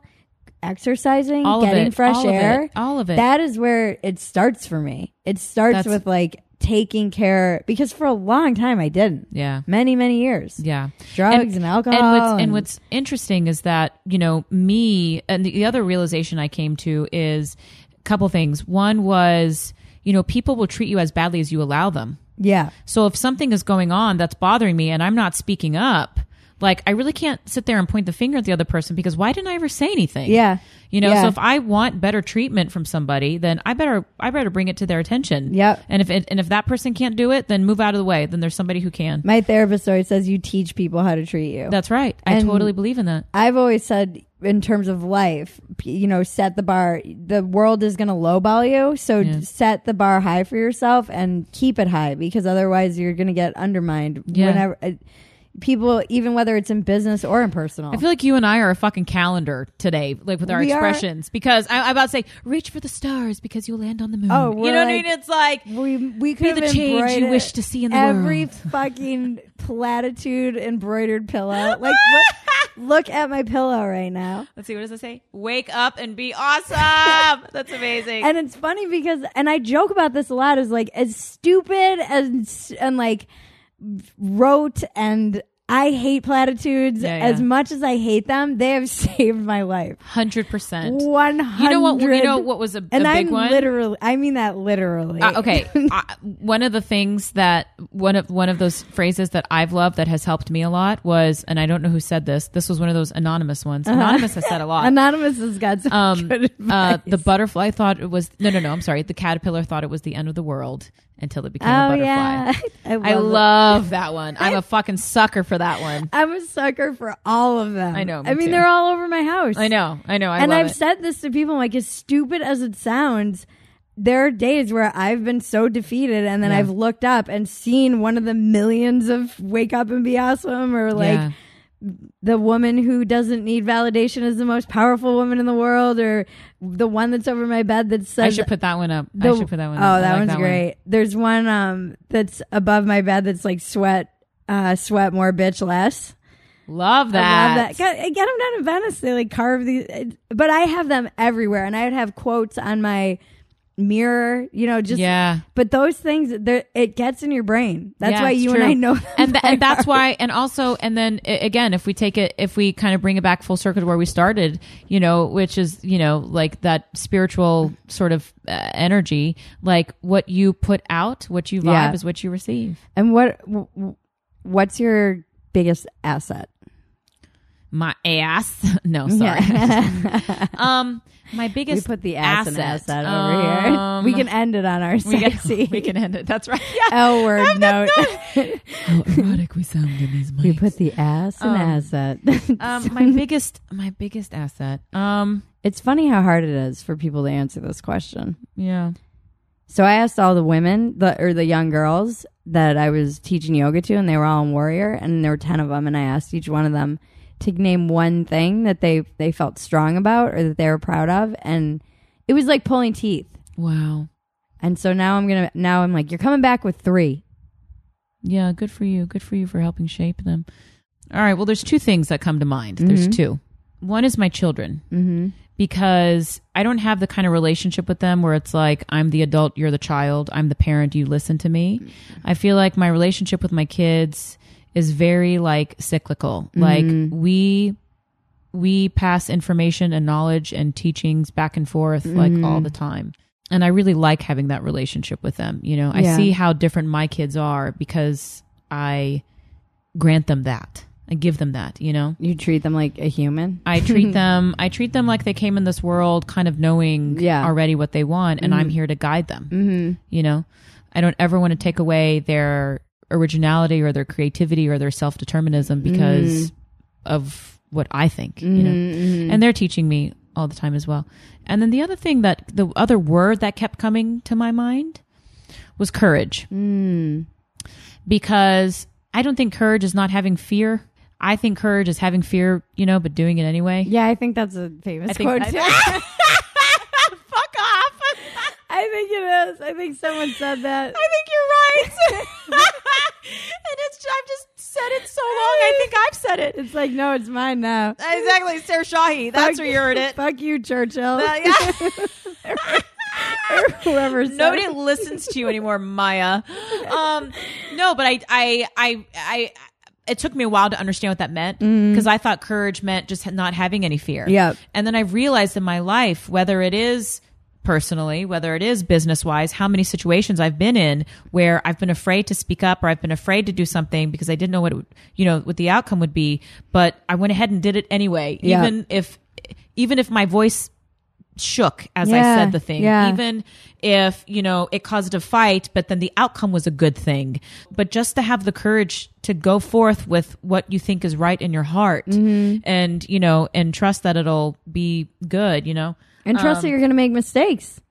S2: exercising,
S3: All of
S2: getting
S3: it.
S2: fresh
S3: All of it.
S2: air.
S3: All of it.
S2: That is where it starts for me. It starts
S3: That's-
S2: with like taking care because for a long time I didn't.
S3: yeah
S2: Many, many years.
S3: yeah
S2: Drugs and alcohol
S3: and what's, and
S2: and-
S3: what's interesting is that you know me and the, the other realization i came to is a couple things one was you know people will treat you as badly as you allow them
S2: Yeah.
S3: so if something is going on that's bothering me and i'm not speaking up like i really can't sit there and point the finger at the other person because why didn't i ever say anything
S2: Yeah.
S3: you know,
S2: Yeah.
S3: so if I want better treatment from somebody, then I better I better bring it to their attention.
S2: Yep.
S3: And if it, and if that person can't do it, then move out of the way. Then there's somebody who can.
S2: My therapist always says you teach people how to treat you.
S3: That's right. I
S2: And-
S3: totally believe in that.
S2: I've always said, in terms of life, p- you know, set the bar. The world is going to lowball you, so
S3: Yeah.
S2: set the bar high for yourself and keep it high because otherwise you're going to get undermined.
S3: Yeah.
S2: Whenever uh, people, even whether it's in business or in personal,
S3: I feel like you and I are a fucking calendar today, like with our
S2: We are-
S3: expressions. Because I, I'm about to say, "Reach for the stars because you'll land on the moon."
S2: Oh,
S3: you
S2: we're
S3: know what I
S2: like-
S3: mean? It's like
S2: we we could have
S3: the change
S2: embroidered
S3: you wish to see in the
S2: every
S3: world.
S2: fucking platitude embroidered pillow. Like, look, look at my pillow right now.
S3: let's see, what does it say? Wake up and be awesome. (laughs) That's amazing.
S2: and it's funny because and i joke about this a lot is like as stupid and and like rote and i hate platitudes
S3: Yeah, yeah.
S2: as much as i hate them they have (laughs) saved my life
S3: Hundred percent.
S2: 100
S3: You know what? You know what was a, a
S2: and
S3: big
S2: i'm
S3: one?
S2: literally i mean that literally (laughs)
S3: Uh, okay, I, one of the things that one of one of those phrases that I've loved that has helped me a lot was, and I don't know who said this. This was one of those anonymous ones. Anonymous has said a lot.
S2: Uh-huh. (laughs) anonymous has got some (laughs)
S3: um,
S2: good
S3: uh,
S2: advice.
S3: the butterfly thought it was no, no, no. I'm sorry. The caterpillar thought it was the end of the world until it became
S2: oh
S3: a butterfly.
S2: yeah (laughs) i love,
S3: I
S2: it.
S3: love that one. I'm a fucking sucker for that
S2: (laughs)
S3: one.
S2: i'm a sucker for all of them
S3: I know, me
S2: i mean
S3: too.
S2: they're all over my house
S3: I know. I know. I
S2: and
S3: love
S2: I've
S3: it.
S2: said this to people, like as stupid as it sounds, there are days where I've been so defeated, and then
S3: Yeah.
S2: I've looked up and seen one of the millions of "Wake Up and Be Awesome" or like
S3: Yeah.
S2: the woman who doesn't need validation is the most powerful woman in the world, or the one that's over my bed that says
S3: I should put that one up. I
S2: the-
S3: should put that one.
S2: Oh,
S3: up. I
S2: that
S3: like
S2: one's
S3: one.
S2: great. There's one um that's above my bed that's like sweat, uh, sweat more, bitch less.
S3: Love
S2: I
S3: that.
S2: love that. Get, get them down in Venice. They like carve these, but I have them everywhere, and I would have quotes on my mirror. You know, just
S3: Yeah.
S2: But those things, they're- it gets in your brain. That's
S3: Yeah,
S2: why
S3: it's
S2: you
S3: true.
S2: and I know. them
S3: (laughs) and, th-
S2: by
S3: and that's
S2: heart.
S3: why, and also, and then a- again, if we take it, if we kind of bring it back full circle to where we started, you know, which is, you know, like that spiritual sort of uh, energy, like what you put out, what you vibe
S2: Yeah.
S3: is what you receive.
S2: And what, w- w- what's your biggest asset?
S3: My ass. (laughs) No, sorry. um,
S2: (laughs)
S3: my
S2: We
S3: biggest
S2: put the ass and asset
S3: asset
S2: over here. (laughs)
S3: Um,
S2: We can end it on our
S3: we can,
S2: sexy (laughs)
S3: we can end it. That's right. Yeah.
S2: L
S3: (laughs)
S2: word note.
S3: How erotic we sound in these
S2: (laughs)
S3: mics.
S2: we put the ass and asset.
S3: um, my biggest, my biggest asset. Um,
S2: (laughs) it's funny how hard it is for people to answer this question.
S3: yeah.
S2: So I asked all the women, the, or the young girls that I was teaching yoga to, and they were all in warrior, and there were ten of them, and I asked each one of them to name one thing that they they felt strong about or that they were proud of, and it was like pulling teeth.
S3: Wow.
S2: And so now I'm gonna now I'm like, you're coming back with three.
S3: Yeah, good for you. Good for you for helping shape them. All right. Well, there's two things that come to mind. There's two. One is my children because I don't have the kind of relationship with them where it's like I'm the adult, you're the child, I'm the parent, you listen to me. I feel like my relationship with my kids is very like cyclical. Like we we pass information and knowledge and teachings back and forth like all the time. And I really like having that relationship with them. You know,
S2: Yeah.
S3: I see how different my kids are because I grant them that. I give them that, you know.
S2: You treat them like a human.
S3: I treat them I treat them like they came in this world kind of knowing
S2: Yeah.
S3: already what they want and I'm here to guide them. Mm-hmm. You know, I don't ever want to take away their originality or their creativity or their self-determinism because of what I think, you know. And they're teaching me all the time as well. And then the other thing that the other word that kept coming to my mind was courage. Mm. Because I don't think courage is not having fear. I think courage is having fear, you know, but doing it anyway.
S2: Yeah, I think that's a famous
S3: think-
S2: quote.
S3: I-
S2: too.
S3: Fuck
S2: Ah,
S3: off.
S2: I think it is. I think someone said that.
S3: I think
S2: (laughs)
S3: you're right. (laughs) and it's I've just said it so long. I think I've said it.
S2: It's like, no, it's mine now.
S3: Exactly, Sarah Shahi. That's where you heard it.
S2: Fuck you, Churchill.
S3: Yeah.
S2: (laughs) Whoever said
S3: Nobody
S2: it.
S3: listens to you anymore, Maya. Um, no, but I, I, I, I. It took me a while to understand what that meant because I thought courage meant just not having any fear.
S2: Yep.
S3: And then I realized in my life, whether it is personally, whether it is business wise, how many situations I've been in where I've been afraid to speak up or I've been afraid to do something because I didn't know what it would, you know what the outcome would be, but I went ahead and did it anyway,
S2: Yeah.
S3: even if even if my voice shook as I
S2: Yeah,
S3: said the thing,
S2: yeah.
S3: even if you know it caused a fight, but then the outcome was a good thing. But just to have the courage to go forth with what you think is right in your heart,
S2: Mm-hmm.
S3: and you know, and trust that it'll be good. You know,
S2: And trust
S3: Um,
S2: that you're going to make mistakes.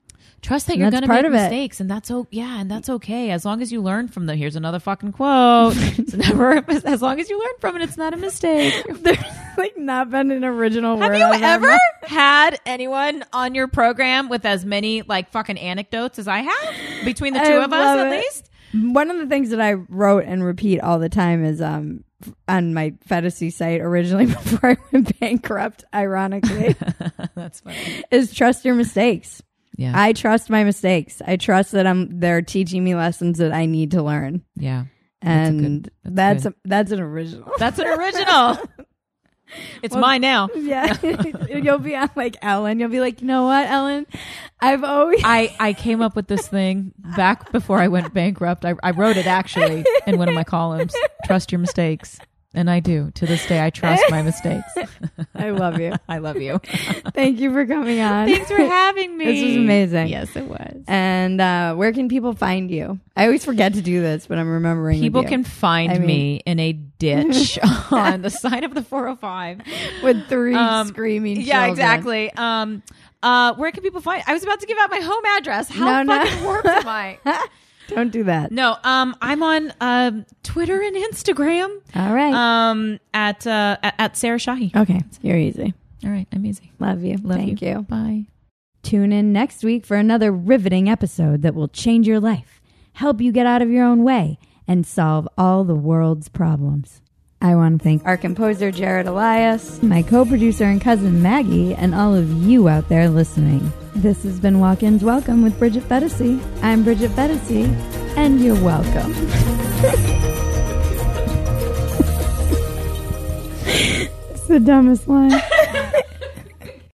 S3: trust that you're
S2: that's
S3: going to
S2: part
S3: make
S2: of it.
S3: mistakes, and that's oh yeah, and that's okay as long as you learn from them. Here's another fucking quote. (laughs) it's never as long as you learn from it, it's not
S2: (laughs)
S3: a mistake.
S2: There's (laughs) like not been an original
S3: Have
S2: word.
S3: you
S2: out of my
S3: ever
S2: mouth.
S3: had anyone on your program with as many like fucking anecdotes as I have between the two
S2: I
S3: of us
S2: love
S3: at
S2: it.
S3: least?
S2: One of the things that I wrote and repeat all the time is um f- on my fantasy site originally (laughs) before I went bankrupt, ironically,
S3: (laughs) That's funny.
S2: is trust your mistakes.
S3: Yeah.
S2: I trust my mistakes. I trust that I'm they're teaching me lessons that I need to learn.
S3: yeah. a
S2: And
S3: good-
S2: that's
S3: that's good.
S2: a- that's an original. (laughs)
S3: That's an (laughs) original. It's mine now.
S2: Yeah, (laughs) you'll be on like Ellen. You'll be like, you know what, Ellen? I've
S3: (laughs)
S2: always (laughs)
S3: I, I came up with this thing back before I went bankrupt. I, I wrote it actually in one of my columns. Trust your mistakes. And I do. To this day, I trust my mistakes.
S2: I love you.
S3: I love you.
S2: Thank you for coming on.
S3: Thanks for having me.
S2: This was amazing.
S3: Yes, it was.
S2: And uh, where can people find you? I always forget to do this, but I'm remembering. with
S3: People
S2: you.
S3: can find
S2: I mean-
S3: me in a (laughs) ditch on the side of the 405.
S2: with three
S3: Um,
S2: screaming.
S3: Yeah,
S2: children.
S3: exactly. Um, uh, where can people find? I was about to give out my home address. How
S2: No, no.
S3: fucking warped am I?
S2: (laughs) Don't do that.
S3: No, um, I'm on um, Twitter and Instagram.
S2: All right.
S3: Um, at uh, at, at Sarah Shahi.
S2: okay, you're easy.
S3: All right, I'm easy.
S2: Love you.
S3: Love
S2: Oh. Thank you.
S3: Bye.
S2: Tune in next week for another riveting episode that will change your life, help you get out of your own way, and solve all the world's problems. I want to thank our composer, Jared Elias, my co producer and cousin, Maggie, and all of you out there listening. This has been Walk In's Welcome with Bridget Fettesy. I'm Bridget Fettesy, and you're welcome. (laughs) it's the dumbest line.